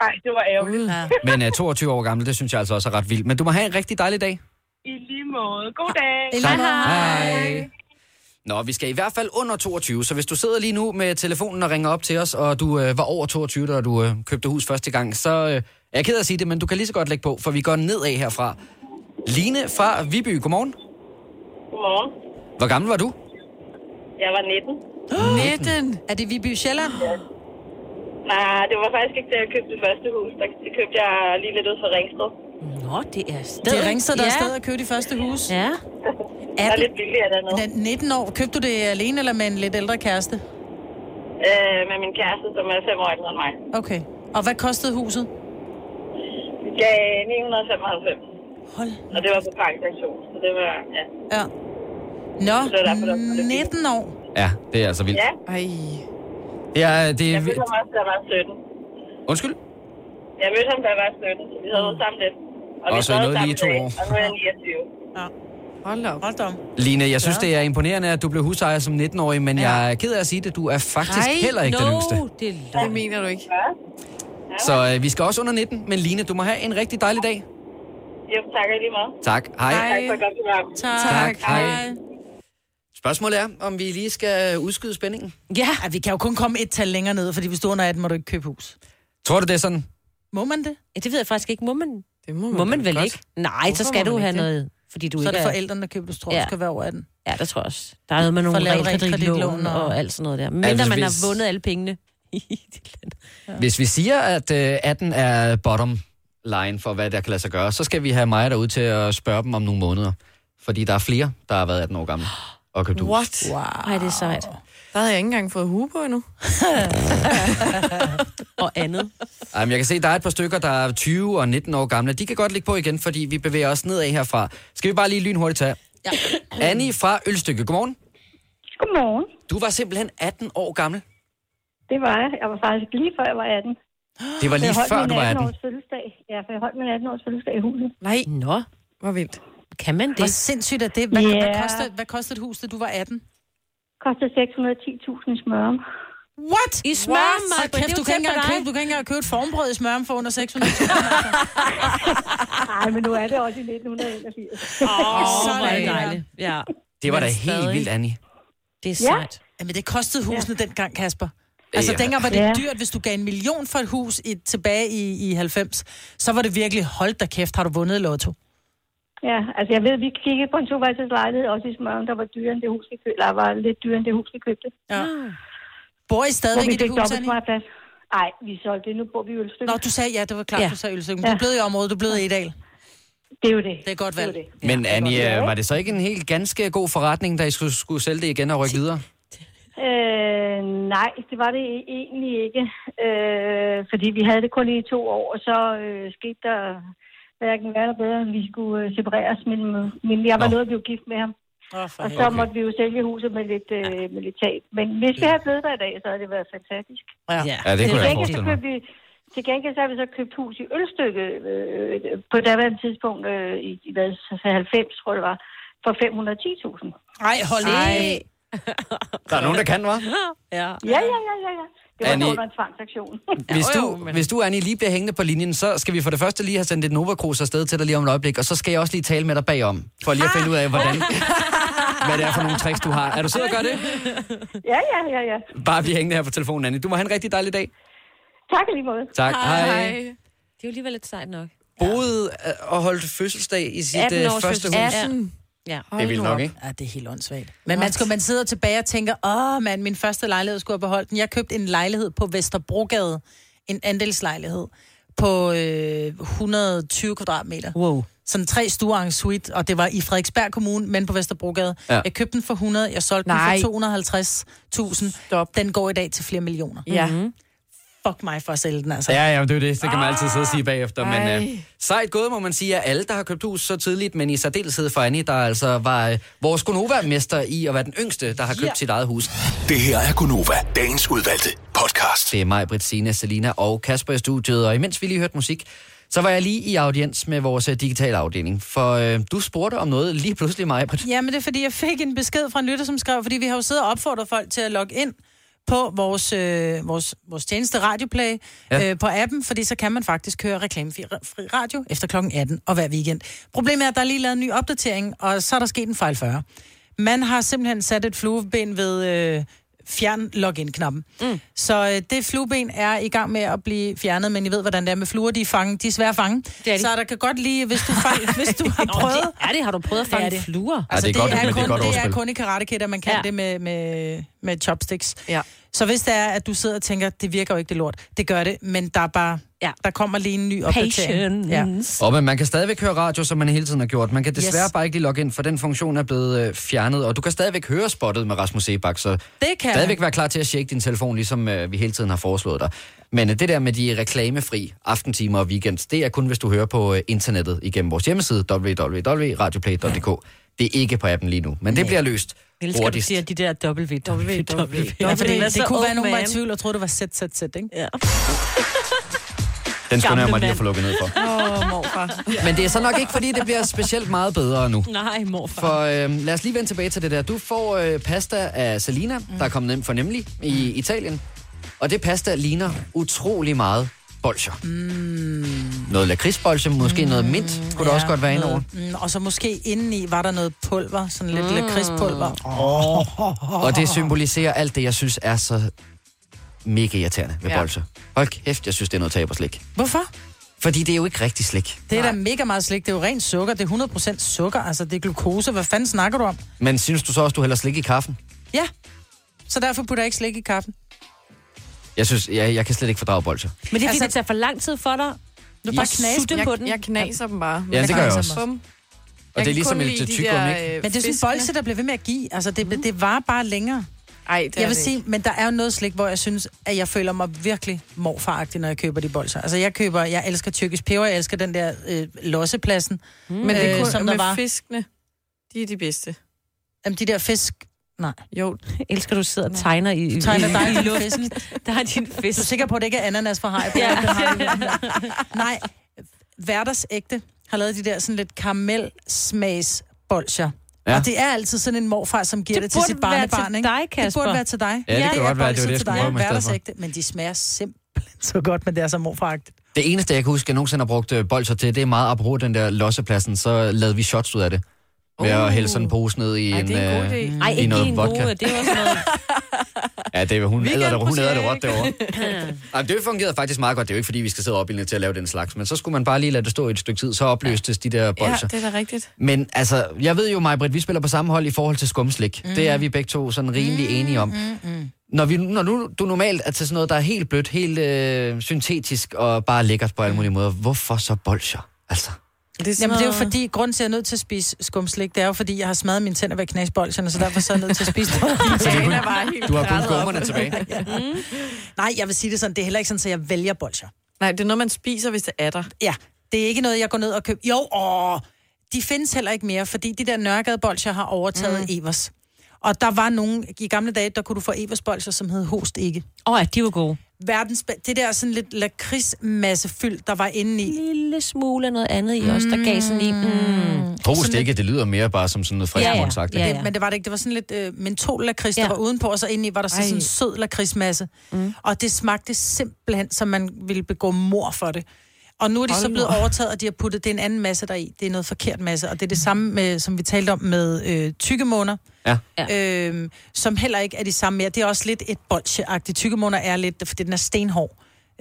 [SPEAKER 8] Ej, det var ærgerligt.
[SPEAKER 2] Ja.
[SPEAKER 1] Men uh, 22 år gammel, det synes jeg altså også er ret vildt. Men du må have en rigtig dejlig dag.
[SPEAKER 8] I lige måde. God dag.
[SPEAKER 2] Hej,
[SPEAKER 1] Hej. Nå, vi skal i hvert fald under 22, så hvis du sidder lige nu med telefonen og ringer op til os, og du øh, var over 22, da du øh, købte hus første gang, så øh, er jeg ked af at sige det, men du kan lige så godt lægge på, for vi går nedad herfra. Line fra Viby, godmorgen.
[SPEAKER 8] Godmorgen.
[SPEAKER 1] Hvor gammel var du?
[SPEAKER 8] Jeg var 19.
[SPEAKER 4] 19.
[SPEAKER 2] Er det Viby Sjælland?
[SPEAKER 8] Nej, det var faktisk ikke det, jeg købte det første hus. Der- Det købte jeg lige lidt ud for Ringsted.
[SPEAKER 3] Nå, det er stadig.
[SPEAKER 2] Det er Ringsted, der er
[SPEAKER 3] ja.
[SPEAKER 2] stadig at købe de første hus.
[SPEAKER 3] Ja.
[SPEAKER 8] Der er
[SPEAKER 2] Atten-
[SPEAKER 8] lidt billigere dernede.
[SPEAKER 2] Den 19 år. Købte du det alene eller med en lidt ældre kæreste?
[SPEAKER 8] Øh, med min kæreste, som er fem år ældre end mig.
[SPEAKER 2] Okay. Og hvad kostede huset?
[SPEAKER 11] Vi gav 995.
[SPEAKER 2] Hold.
[SPEAKER 11] Og det var på parkation, så det var, ja.
[SPEAKER 2] Ja. Nå, 19 år.
[SPEAKER 1] Ja, det er altså vildt.
[SPEAKER 11] Ja.
[SPEAKER 2] Ej.
[SPEAKER 1] Det er, det er,
[SPEAKER 11] Jeg mødte ham også, da jeg var 17.
[SPEAKER 1] undskyld?
[SPEAKER 11] Jeg mødte ham, da jeg var 17, så vi havde været sammen lidt.
[SPEAKER 1] Og
[SPEAKER 11] vi
[SPEAKER 1] så Mm. I
[SPEAKER 11] sad
[SPEAKER 1] nåede lige i
[SPEAKER 11] sammen
[SPEAKER 1] to
[SPEAKER 11] dag,
[SPEAKER 1] år.
[SPEAKER 11] Og nu er jeg 29.
[SPEAKER 2] Ja. Hold da op. Hold da op.
[SPEAKER 1] Line, jeg synes, det er imponerende, at du blev husejer som 19-årig, men jeg er ked af at sige det, du er faktisk heller ikke den yngste.
[SPEAKER 3] det
[SPEAKER 4] er Det mener du ikke.
[SPEAKER 1] Så øh, vi skal også under 19, men Line, du må have en rigtig dejlig dag.
[SPEAKER 11] Jo, tak og lige meget.
[SPEAKER 1] Tak, hej.
[SPEAKER 11] Tak for et godt program.
[SPEAKER 1] Tak, hej. Spørgsmålet er, om vi lige skal udskyde spændingen.
[SPEAKER 2] Ja, Ej, vi kan jo kun komme et tal længere ned, fordi hvis du er under 18, må du ikke købe hus.
[SPEAKER 1] Tror du, det er sådan?
[SPEAKER 2] Må man det?
[SPEAKER 3] Ja, det ved jeg faktisk ikke. Må man,
[SPEAKER 4] det må
[SPEAKER 3] man, må man vel godt. ikke? Nej, Hvorfor så skal
[SPEAKER 2] må
[SPEAKER 3] du
[SPEAKER 2] man
[SPEAKER 3] have
[SPEAKER 2] ikke det?
[SPEAKER 3] noget, fordi du
[SPEAKER 2] så er
[SPEAKER 3] ikke
[SPEAKER 2] det forældrene, der køber, du tror, ja.
[SPEAKER 3] Ja.
[SPEAKER 2] skal være over 18.
[SPEAKER 3] Ja, der tror jeg også. Der er noget med nogle
[SPEAKER 2] For at lave
[SPEAKER 3] realkreditlån
[SPEAKER 2] realkreditlån
[SPEAKER 3] og...
[SPEAKER 2] og-
[SPEAKER 3] og alt sådan noget der. Men
[SPEAKER 1] Ja,
[SPEAKER 3] ja,
[SPEAKER 1] hvis-
[SPEAKER 3] man har
[SPEAKER 1] hvis-
[SPEAKER 3] vundet alle pengene.
[SPEAKER 1] Hvis vi siger, at øh, 18 er bottom line for, hvad der kan lade sig gøre, så skal vi have mig derude til at spørge dem om nogle måneder. Fordi der er flere, der har været 18 år gamle og købt hus.
[SPEAKER 4] What?
[SPEAKER 3] Wow. Ej, det er sejt.
[SPEAKER 4] Der havde jeg ikke engang fået hue på endnu.
[SPEAKER 3] og andet.
[SPEAKER 1] Ej, men jeg kan se, der er et par stykker, der er 20 og 19 år gamle. De kan godt ligge på igen, fordi vi bevæger os nedad herfra. Skal vi bare lige lynhurtigt tage? Ja. Annie fra Ølstykke, godmorgen.
[SPEAKER 13] Godmorgen.
[SPEAKER 1] Du var simpelthen 18 år gammel.
[SPEAKER 13] Det var jeg. Jeg var faktisk lige før, jeg var 18.
[SPEAKER 1] Det var lige
[SPEAKER 13] jeg holdt
[SPEAKER 1] før,
[SPEAKER 13] min
[SPEAKER 1] du var
[SPEAKER 13] 18
[SPEAKER 1] 18.
[SPEAKER 13] års fødselsdag. Ja, for jeg holdt min 18 års fødselsdag i huset.
[SPEAKER 4] Nej.
[SPEAKER 3] Nå,
[SPEAKER 4] hvor vildt.
[SPEAKER 3] Kan man det?
[SPEAKER 2] Hvor sindssygt er det? Hvad, yeah. hvad,
[SPEAKER 13] Ja.
[SPEAKER 2] kostede, hvad kostede et hus, da du var 18?
[SPEAKER 13] Kostede 610.000 i smørum.
[SPEAKER 2] What? I
[SPEAKER 13] Smørum, Maja,
[SPEAKER 2] Hold
[SPEAKER 13] det er
[SPEAKER 2] kæft,
[SPEAKER 13] jo tæt
[SPEAKER 2] du kan, ikke
[SPEAKER 13] på
[SPEAKER 2] engang
[SPEAKER 13] dig.
[SPEAKER 2] købe, du kan ikke engang købe et formbrød i smørum for under 600.
[SPEAKER 13] Nej, men nu er det også i 1981.
[SPEAKER 2] Åh,
[SPEAKER 3] hvor er det dejligt. Ja.
[SPEAKER 1] Det var
[SPEAKER 2] Men
[SPEAKER 1] da helt
[SPEAKER 2] stadig.
[SPEAKER 1] vildt, Annie.
[SPEAKER 3] Det
[SPEAKER 2] er sejt. Jamen, det kostede husene ja. dengang, Kasper. Altså,
[SPEAKER 1] Ja.
[SPEAKER 2] dengang var det
[SPEAKER 1] Ja.
[SPEAKER 2] dyrt, hvis du gav en million for et hus i, tilbage i, i 90. Så var det virkelig, hold da kæft, har du vundet i lotto.
[SPEAKER 13] Ja, altså jeg ved, vi kiggede på en toværelseslejlighed også i smørum, der var dyrere end det hus, vi købte. Der var lidt dyrere end det hus, vi købte.
[SPEAKER 2] Ja. Bor I stadigvæk
[SPEAKER 13] Hvor vi
[SPEAKER 2] i det
[SPEAKER 13] fik
[SPEAKER 2] hus,
[SPEAKER 13] dobbelt
[SPEAKER 2] Annie?
[SPEAKER 13] så meget plads. Nej, vi solgte det. Nu bor vi i Ølstykke.
[SPEAKER 2] Nå, du sagde ja, det var klart,
[SPEAKER 13] Ja.
[SPEAKER 2] ja. du sagde Ølstykke. Du
[SPEAKER 13] Ja.
[SPEAKER 2] blev i området, du blev i Edal.
[SPEAKER 13] Det er jo det.
[SPEAKER 2] Det er godt valg. Det
[SPEAKER 1] Men Annie, øh, var det så ikke en helt ganske god forretning, da I skulle, skulle sælge det igen og rykke videre?
[SPEAKER 13] Øh, nej, det var det e- egentlig ikke. Øh, fordi vi havde det kun i to år, og så øh, skete der hverken værre eller bedre, end vi skulle øh, separeres. Min, min, jeg var
[SPEAKER 14] Nå.
[SPEAKER 13] nået at blive gift med ham.
[SPEAKER 2] Oh,
[SPEAKER 13] Og så måtte vi jo sælge huset med lidt, øh, med lidt tab. Men hvis vi havde blevet der i dag, så havde det været fantastisk.
[SPEAKER 2] Ja,
[SPEAKER 1] Ja, det kunne jeg
[SPEAKER 13] Til gengæld,
[SPEAKER 1] forestille
[SPEAKER 13] så
[SPEAKER 1] mig.
[SPEAKER 13] købte vi- Til gengæld så har vi så købt hus i Ølstykke øh, på daværende tidspunkt øh, i, i hvad, 90, tror jeg det var, for 510.000.
[SPEAKER 2] Nej, hold
[SPEAKER 13] Ej.
[SPEAKER 1] Der er nogen, der kan, hva'?
[SPEAKER 3] Ja.
[SPEAKER 13] Ja, ja, ja, ja, ja. Det var
[SPEAKER 1] Annie-
[SPEAKER 13] Annie... under en tvangsauktion.
[SPEAKER 1] Hvis du, hvis du, Annie, lige bliver hængende på linjen, så skal vi for det første lige have sendt et Nova Cruz afsted til dig lige om et øjeblik, og så skal jeg også lige tale med dig bagom, for lige at finde ud af, hvordan, hvad det er for nogle tricks, du har. Er du sød at gøre det?
[SPEAKER 13] Ja, ja, ja, ja.
[SPEAKER 1] Bare blive hængende her på telefonen, Annie. Du må have en rigtig dejlig dag.
[SPEAKER 13] Tak i lige måde.
[SPEAKER 1] Tak. Hej. Hej.
[SPEAKER 3] Det er jo alligevel lidt sejt nok.
[SPEAKER 1] Boede øh, og holdt fødselsdag i sit
[SPEAKER 3] 18
[SPEAKER 1] øh,
[SPEAKER 3] års
[SPEAKER 1] første hus.
[SPEAKER 3] fødselsdag. 18. Ja.
[SPEAKER 1] Det er vildt nok, ikke?
[SPEAKER 2] Ja, det er helt åndssvagt. Men man, skal, man sidder tilbage og tænker, åh mand, min første lejlighed skulle have beholdt den. Jeg købte en lejlighed på Vesterbrogade, en andelslejlighed, på øh, 120 kvadratmeter.
[SPEAKER 3] Wow.
[SPEAKER 2] Sådan tre stuer en suite, og det var i Frederiksberg Kommune, men på Vesterbrogade.
[SPEAKER 3] Ja.
[SPEAKER 2] Ja. Jeg købte den for 100, jeg solgte
[SPEAKER 3] Nej.
[SPEAKER 2] den for 250.000. Stop. Den går i dag til flere millioner.
[SPEAKER 1] Ja.
[SPEAKER 2] Mhm. Fuck mig for at sælge den, altså.
[SPEAKER 1] Ja, ja, men det er jo det. Det kan man altid sidde og sige bagefter. Men
[SPEAKER 2] Ej.
[SPEAKER 1] øh, sejt gået, må man sige, at alle, der har købt hus så tidligt, men i særdeleshed for Annie, der altså var øh, vores Gonova-mester i at være den yngste, der har købt
[SPEAKER 7] Ja.
[SPEAKER 1] sit eget hus.
[SPEAKER 7] Det her er Gunova, dagens udvalgte podcast.
[SPEAKER 1] Det er mig, Britt, Sina, Selina og Kasper i studiet, og imens vi lige hørte musik, så var jeg lige i audiens med vores øh, digitale afdeling, for øh, du spurgte om noget lige pludselig, mig, Britt.
[SPEAKER 2] Ja, men det er fordi, jeg fik en besked fra en lytter, som skrev, fordi vi har jo siddet og opfordret folk til at logge ind på vores, øh, vores, vores tjeneste Radioplay
[SPEAKER 1] Ja.
[SPEAKER 2] ja. øh, på appen, fordi så kan man faktisk høre reklamefri fri radio efter klokken 18 og hver weekend. Problemet er, at der er lige lavet en ny opdatering, og så er der sket en fejl 40. Man har simpelthen sat et flueben ved øh, fjern login knappen Mm. Så øh, det flueben er i gang med at blive fjernet, men I ved, hvordan det er med fluer, de er, fange, de er svære at fange.
[SPEAKER 3] er de.
[SPEAKER 2] Så der kan godt lige, hvis du, fang, hvis du har
[SPEAKER 3] Nå,
[SPEAKER 2] prøvet...
[SPEAKER 3] det er det. Har du prøvet at fange fluer?
[SPEAKER 2] Altså,
[SPEAKER 1] det
[SPEAKER 2] det
[SPEAKER 1] er
[SPEAKER 2] er,
[SPEAKER 1] godt,
[SPEAKER 2] det
[SPEAKER 1] men
[SPEAKER 2] er,
[SPEAKER 1] det er
[SPEAKER 2] kun,
[SPEAKER 1] godt
[SPEAKER 2] det er
[SPEAKER 1] overspil.
[SPEAKER 2] kun i Karate Kid, at man kan ja. det med, med, med chopsticks.
[SPEAKER 4] Ja.
[SPEAKER 2] Så hvis det er, at du sidder og tænker, det virker jo ikke det lort, det gør det, men der er bare, ja. der kommer lige en ny opdatering. Ja.
[SPEAKER 1] Og men man kan stadigvæk høre radio, som man hele tiden har gjort. Man kan desværre
[SPEAKER 2] Yes.
[SPEAKER 1] yes. bare ikke lige logge ind, for den funktion er blevet øh, fjernet. Og du kan stadigvæk høre spottet med Rasmus Sebak, så
[SPEAKER 2] Det kan
[SPEAKER 1] stadigvæk være klar til at tjekke din telefon, ligesom øh, vi hele tiden har foreslået dig. Men øh, det der med de reklamefri aftentimer og weekends, det er kun, hvis du hører på øh, internettet igennem vores hjemmeside, www.radioplay.dk. Det er ikke på appen lige nu, men det bliver løst
[SPEAKER 3] Jeg elsker, at du
[SPEAKER 1] hurtigt.
[SPEAKER 3] siger de der W, W, W.
[SPEAKER 2] Ja, for det,
[SPEAKER 3] Ellers
[SPEAKER 2] det
[SPEAKER 3] så
[SPEAKER 2] kunne
[SPEAKER 3] old
[SPEAKER 2] være nogen, der var i
[SPEAKER 3] man.
[SPEAKER 2] tvivl og troede, det var sæt, sæt, sæt, ikke?
[SPEAKER 3] Ja.
[SPEAKER 1] Den skulle jeg
[SPEAKER 2] Gamle
[SPEAKER 1] mig lige at
[SPEAKER 2] mand.
[SPEAKER 1] få lukket ned for.
[SPEAKER 2] Åh, oh, morfar.
[SPEAKER 1] Men det er så nok ikke, fordi det bliver specielt meget bedre nu.
[SPEAKER 3] Nej, morfar.
[SPEAKER 1] For øh, lad os lige vende tilbage til det der. Du får øh, pasta af Selina, mm. der er kommet hjem for nemlig i Italien. Og det pasta ligner utrolig meget bolcher. Mm. Noget lakridsbolcher, måske mm. noget mint, kunne ja, det også godt være indover.
[SPEAKER 2] Mm, og så måske indeni var der noget pulver, sådan lidt mm. lakridspulver.
[SPEAKER 1] Oh. Og det symboliserer alt det, jeg synes er så mega irriterende ved
[SPEAKER 2] Ja.
[SPEAKER 1] ja. bolcher. Hold kæft, jeg synes, det er noget taberslik.
[SPEAKER 2] Hvorfor?
[SPEAKER 1] Fordi det er jo ikke rigtig slik.
[SPEAKER 2] Det er da mega meget slik. Det er jo rent sukker. Det er 100% sukker. Altså, det er glukose. Hvad fanden snakker du om?
[SPEAKER 1] Men synes du så også, du hælder slik i kaffen?
[SPEAKER 2] Ja. Så derfor putter jeg ikke slik i kaffen.
[SPEAKER 1] Jeg synes, jeg, jeg kan slet ikke fordrage bolcher.
[SPEAKER 3] Men det er, fordi
[SPEAKER 2] Altså-
[SPEAKER 3] altså, det tager for lang tid for dig.
[SPEAKER 2] Du
[SPEAKER 3] bare knas
[SPEAKER 4] jeg,
[SPEAKER 3] på den.
[SPEAKER 4] Jeg knaser dem bare.
[SPEAKER 1] Ja, det gør jeg
[SPEAKER 4] knaser
[SPEAKER 1] også.
[SPEAKER 4] dem. Bum.
[SPEAKER 1] Og det er ligesom et tyk
[SPEAKER 4] øh,
[SPEAKER 2] Men det er sådan en bolse, der bliver ved med at give. Altså, det, det var bare længere.
[SPEAKER 4] Ej, det
[SPEAKER 2] Det jeg
[SPEAKER 4] er
[SPEAKER 2] vil
[SPEAKER 4] det
[SPEAKER 2] sige,
[SPEAKER 4] ikke.
[SPEAKER 2] men der er jo noget slik, hvor jeg synes, at jeg føler mig virkelig morfaragtig, når jeg køber de bolser. Altså, jeg køber, jeg elsker tyrkisk peber, jeg elsker den der øh, lossepladsen. Mm.
[SPEAKER 4] Men det er kun som Øh, med fiskene. De er de bedste.
[SPEAKER 2] Jamen, de der fisk... Nej.
[SPEAKER 4] Jo.
[SPEAKER 3] Jeg elsker, du sidder og tegner i,
[SPEAKER 2] Du tegner dig i
[SPEAKER 3] luften.
[SPEAKER 2] luften.
[SPEAKER 3] Der er din fisk.
[SPEAKER 2] Du er sikker på, at det ikke er ananas fra Haibo?
[SPEAKER 3] Ja.
[SPEAKER 2] Nej, hverdagsægte har lavet de der sådan lidt karamelsmags bolcher. Ja.
[SPEAKER 1] Ja.
[SPEAKER 2] Og det er altid sådan en morfar, som giver det,
[SPEAKER 3] Det
[SPEAKER 2] til
[SPEAKER 3] burde
[SPEAKER 2] sit
[SPEAKER 3] være til
[SPEAKER 2] barnebarn, ikke?
[SPEAKER 3] dig,
[SPEAKER 2] Det
[SPEAKER 3] Kasper.
[SPEAKER 2] burde være til dig.
[SPEAKER 1] Ja, det kan
[SPEAKER 2] er
[SPEAKER 1] godt være, det var
[SPEAKER 2] bolser
[SPEAKER 1] det, jeg
[SPEAKER 2] til
[SPEAKER 1] skulle
[SPEAKER 2] dig.
[SPEAKER 1] prøve mig i stedet for.
[SPEAKER 2] Hverdagsægte, men de smager simpelthen så godt, men det er så morfaragtigt.
[SPEAKER 1] Det eneste, jeg kan huske, jeg nogensinde har brugt øh, bolcher til, det er meget apropos den der lossepladsen, så lavede vi shots ud af det. Ved at hælde sådan en pose ned i,
[SPEAKER 4] Ej,
[SPEAKER 1] en,
[SPEAKER 4] det er en god
[SPEAKER 1] øh,
[SPEAKER 5] Mm.
[SPEAKER 4] idé.
[SPEAKER 3] Ej,
[SPEAKER 1] i
[SPEAKER 3] ikke
[SPEAKER 1] noget
[SPEAKER 3] en
[SPEAKER 1] vodka.
[SPEAKER 3] gode. Det er også noget...
[SPEAKER 1] Ja, det er, hun æder det, hun æder det råt derovre.
[SPEAKER 3] derovre.
[SPEAKER 1] Ej, men det fungerede faktisk meget godt. Det er jo ikke, fordi vi skal sidde og opildne til at lave den slags, men så skulle man bare lige lade det stå i et stykke tid, så opløstes de der
[SPEAKER 4] Ja,
[SPEAKER 1] bolcher.
[SPEAKER 4] det er da rigtigt.
[SPEAKER 1] Men altså, jeg ved jo, mig Britt, vi spiller på samme hold i forhold til skumslik. Mm. Det er vi begge to sådan rimelig mm. enige om. Mm. Når, vi, når nu, du normalt er til sådan noget, der er helt blødt, helt øh, syntetisk og bare lækkert på alle mulige måder, hvorfor så bolcher? Altså,
[SPEAKER 4] Det er sådan
[SPEAKER 2] Jamen, det er jo
[SPEAKER 4] noget-
[SPEAKER 2] fordi, grunden til, at jeg er nødt til at spise skumslik, det er jo fordi, jeg har smadret mine tænder ved knæsbolserne, så derfor så er jeg nødt til at spise det.
[SPEAKER 1] Så det er kun-
[SPEAKER 4] Dana var helt
[SPEAKER 1] du har kun
[SPEAKER 4] krællet op.
[SPEAKER 1] gummerne tilbage.
[SPEAKER 4] Ja.
[SPEAKER 2] Mm. Nej, jeg vil sige det sådan, det er heller ikke sådan, at jeg vælger bolcher.
[SPEAKER 4] Nej, det er noget, man spiser, hvis det er der.
[SPEAKER 2] Ja, det er ikke noget, jeg går ned og køber. Jo, åh, de findes heller ikke mere, fordi de der nørregadebolcher har overtaget mm. Evers. Og der var nogen, i gamle dage, der kunne du få Evers-bolcher, som hed Host Ikke.
[SPEAKER 3] Åh, oh, de var gode.
[SPEAKER 2] Verdens, be- det der sådan lidt lakridsmassefyld, der var inde i.
[SPEAKER 3] lille smule af noget andet i os, der gav sådan en... Mm.
[SPEAKER 1] Host ikke, det lyder mere bare som sådan noget frisk
[SPEAKER 3] Ja, ja.
[SPEAKER 1] ja, sagt.
[SPEAKER 3] Ja,
[SPEAKER 1] Ja,
[SPEAKER 3] ja.
[SPEAKER 1] ja.
[SPEAKER 2] Det, men det var det ikke. Det var sådan lidt øh, mentol-lakrids, ja.
[SPEAKER 3] Ja.
[SPEAKER 2] der var udenpå, og så indeni var der så
[SPEAKER 4] Ej.
[SPEAKER 2] sådan en sød lakridsmasse. Mm. Og det smagte simpelthen, som man ville begå mor for det. Og nu er de
[SPEAKER 4] Hold
[SPEAKER 2] så blevet
[SPEAKER 4] nu op.
[SPEAKER 2] overtaget, og de har puttet det er en anden masse deri. Det er noget forkert masse, og det er det samme, med, som vi talte om med øh, tykkemåner,
[SPEAKER 1] Ja.
[SPEAKER 2] ja. øh, som heller ikke er de samme mere. Det er også lidt et bolsje-agtigt. Tykkemåner er lidt, fordi den er stenhård,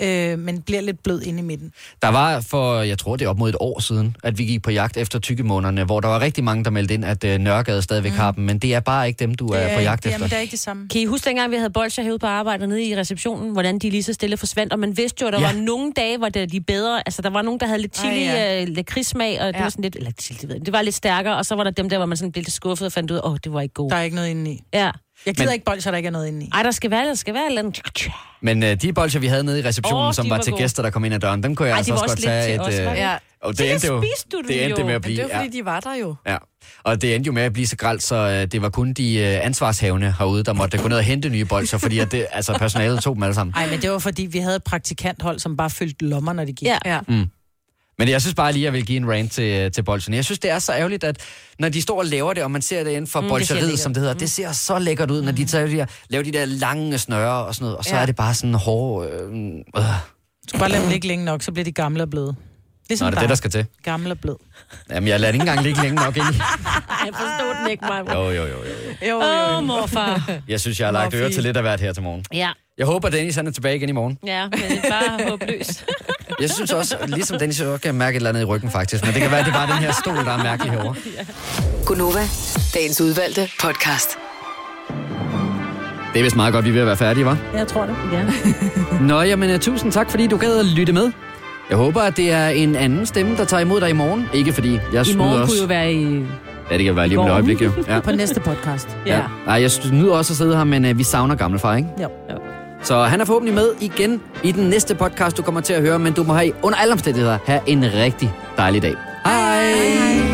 [SPEAKER 2] øh, men bliver lidt blød inde i midten.
[SPEAKER 1] Der var for, jeg tror det er op mod et år siden, at vi gik på jagt efter tykkemånerne, hvor der var rigtig mange, der meldte ind, at øh, Nørregade stadigvæk mm. har dem, men det er bare ikke dem, du er, på jagt
[SPEAKER 2] det,
[SPEAKER 1] efter.
[SPEAKER 2] Jamen, det er ikke det samme.
[SPEAKER 3] Kan I huske dengang, vi havde bolcher hævet på arbejde nede i receptionen, hvordan de lige så stille forsvandt, og man vidste jo, at der ja.
[SPEAKER 1] Ja.
[SPEAKER 3] var nogle dage, hvor det de bedre, altså der var nogen, der havde lidt chili,
[SPEAKER 4] Ej,
[SPEAKER 3] Ej,
[SPEAKER 4] ja.
[SPEAKER 3] ja. øh, lakridssmag, og ja. det
[SPEAKER 4] Ja.
[SPEAKER 3] var sådan lidt, eller chili, det ved jeg ikke, det var lidt stærkere, og så var der dem der, hvor man sådan blev lidt skuffet og fandt ud af, åh, oh, det var ikke godt.
[SPEAKER 2] Der er ikke noget inde i.
[SPEAKER 3] Ja.
[SPEAKER 2] Jeg gider
[SPEAKER 1] Men-
[SPEAKER 2] ikke bolsjer, der ikke er noget inde i.
[SPEAKER 3] Ej, der skal være, der skal være et eller andet.
[SPEAKER 1] Men øh, de bolcher, vi havde nede i receptionen,
[SPEAKER 3] Åh,
[SPEAKER 1] oh, som
[SPEAKER 3] de
[SPEAKER 1] var,
[SPEAKER 3] var
[SPEAKER 1] til
[SPEAKER 3] gode.
[SPEAKER 1] gæster, der kom ind ad døren, dem kunne jeg
[SPEAKER 3] Ej, de
[SPEAKER 1] altså
[SPEAKER 3] var
[SPEAKER 1] også
[SPEAKER 3] også
[SPEAKER 1] godt
[SPEAKER 3] lidt
[SPEAKER 1] tage
[SPEAKER 3] til
[SPEAKER 1] et...
[SPEAKER 3] os, var det
[SPEAKER 4] Ja.
[SPEAKER 1] og
[SPEAKER 3] Så
[SPEAKER 1] det
[SPEAKER 3] der
[SPEAKER 1] endte jo,
[SPEAKER 3] spiste du dem
[SPEAKER 1] det endte
[SPEAKER 3] jo.
[SPEAKER 1] med at
[SPEAKER 4] Men det
[SPEAKER 1] blive,
[SPEAKER 4] er fordi, de var der jo.
[SPEAKER 1] ja. Og det endte jo med at blive så gralt, så øh, det var kun de øh, ansvarshavende herude, der måtte gå ned og hente nye bolcher, fordi at det, altså, personalet tog dem alle sammen.
[SPEAKER 2] Nej, men det var fordi, vi havde et praktikanthold, som bare fyldte lommer, når de gik.
[SPEAKER 3] Ja.
[SPEAKER 4] Ja.
[SPEAKER 1] Men jeg synes bare lige, at jeg vil give en rant til, til bolsjerne. Jeg synes, det er så ærgerligt, at når de står og laver det, og man ser det inden for
[SPEAKER 3] Mm,
[SPEAKER 1] mm,
[SPEAKER 3] det ser
[SPEAKER 1] bolsjeriet,
[SPEAKER 3] lækkert.
[SPEAKER 1] som det hedder, det ser så lækkert ud, når de tager de her, laver de der lange snøre og sådan noget, og så
[SPEAKER 4] Ja.
[SPEAKER 1] ja. er det bare sådan hårde... Øh, øh. Nå,
[SPEAKER 2] Du skal bare lade dem ligge længe nok, så bliver de gamle og bløde. Ligesom
[SPEAKER 1] det er det, der skal til.
[SPEAKER 2] Gamle og bløde.
[SPEAKER 1] Jamen, jeg lader det ikke engang ligge længe nok ind.
[SPEAKER 3] Ej, jeg forstod den ikke, mig.
[SPEAKER 1] Jo, jo, jo, jo.
[SPEAKER 4] Jo,
[SPEAKER 1] jo.
[SPEAKER 4] jo,
[SPEAKER 3] Åh,
[SPEAKER 4] jo.
[SPEAKER 3] oh, morfar.
[SPEAKER 1] Jeg synes, jeg har lagt
[SPEAKER 4] Nå,
[SPEAKER 1] øre
[SPEAKER 4] fint.
[SPEAKER 1] til lidt af hvert her til morgen.
[SPEAKER 3] Ja,
[SPEAKER 1] Jeg håber, Dennis han er tilbage igen i morgen.
[SPEAKER 3] ja, men det er bare håbløs.
[SPEAKER 1] Jeg synes også, ligesom Dennis, jeg også kan mærke et eller andet i ryggen faktisk, men det kan være, det er bare den her stol, der er mærkelig herovre.
[SPEAKER 6] Gunova, dagens udvalgte podcast.
[SPEAKER 1] Det er vist meget godt, vi er ved at være færdige, var.
[SPEAKER 3] Jeg tror det. Ja.
[SPEAKER 1] Nå, jamen øh, tusind tak, fordi du gad at lytte med. Jeg håber, at det er en anden stemme, der tager imod dig i morgen. Ikke fordi jeg
[SPEAKER 3] I
[SPEAKER 1] snyder
[SPEAKER 3] morgen
[SPEAKER 1] også.
[SPEAKER 3] kunne jo være i...
[SPEAKER 1] Ja, det kan være lige om et
[SPEAKER 3] Gården.
[SPEAKER 1] øjeblik, jo. Ja.
[SPEAKER 2] På næste podcast.
[SPEAKER 1] Ja. Nej, jeg nyder også at sidde her, men øh, vi savner gamle far, ikke?
[SPEAKER 2] Jo.
[SPEAKER 1] Så han er forhåbentlig med igen i den næste podcast, du kommer til at høre, men du må have under alle omstændigheder have en rigtig dejlig dag. Hej! Hej.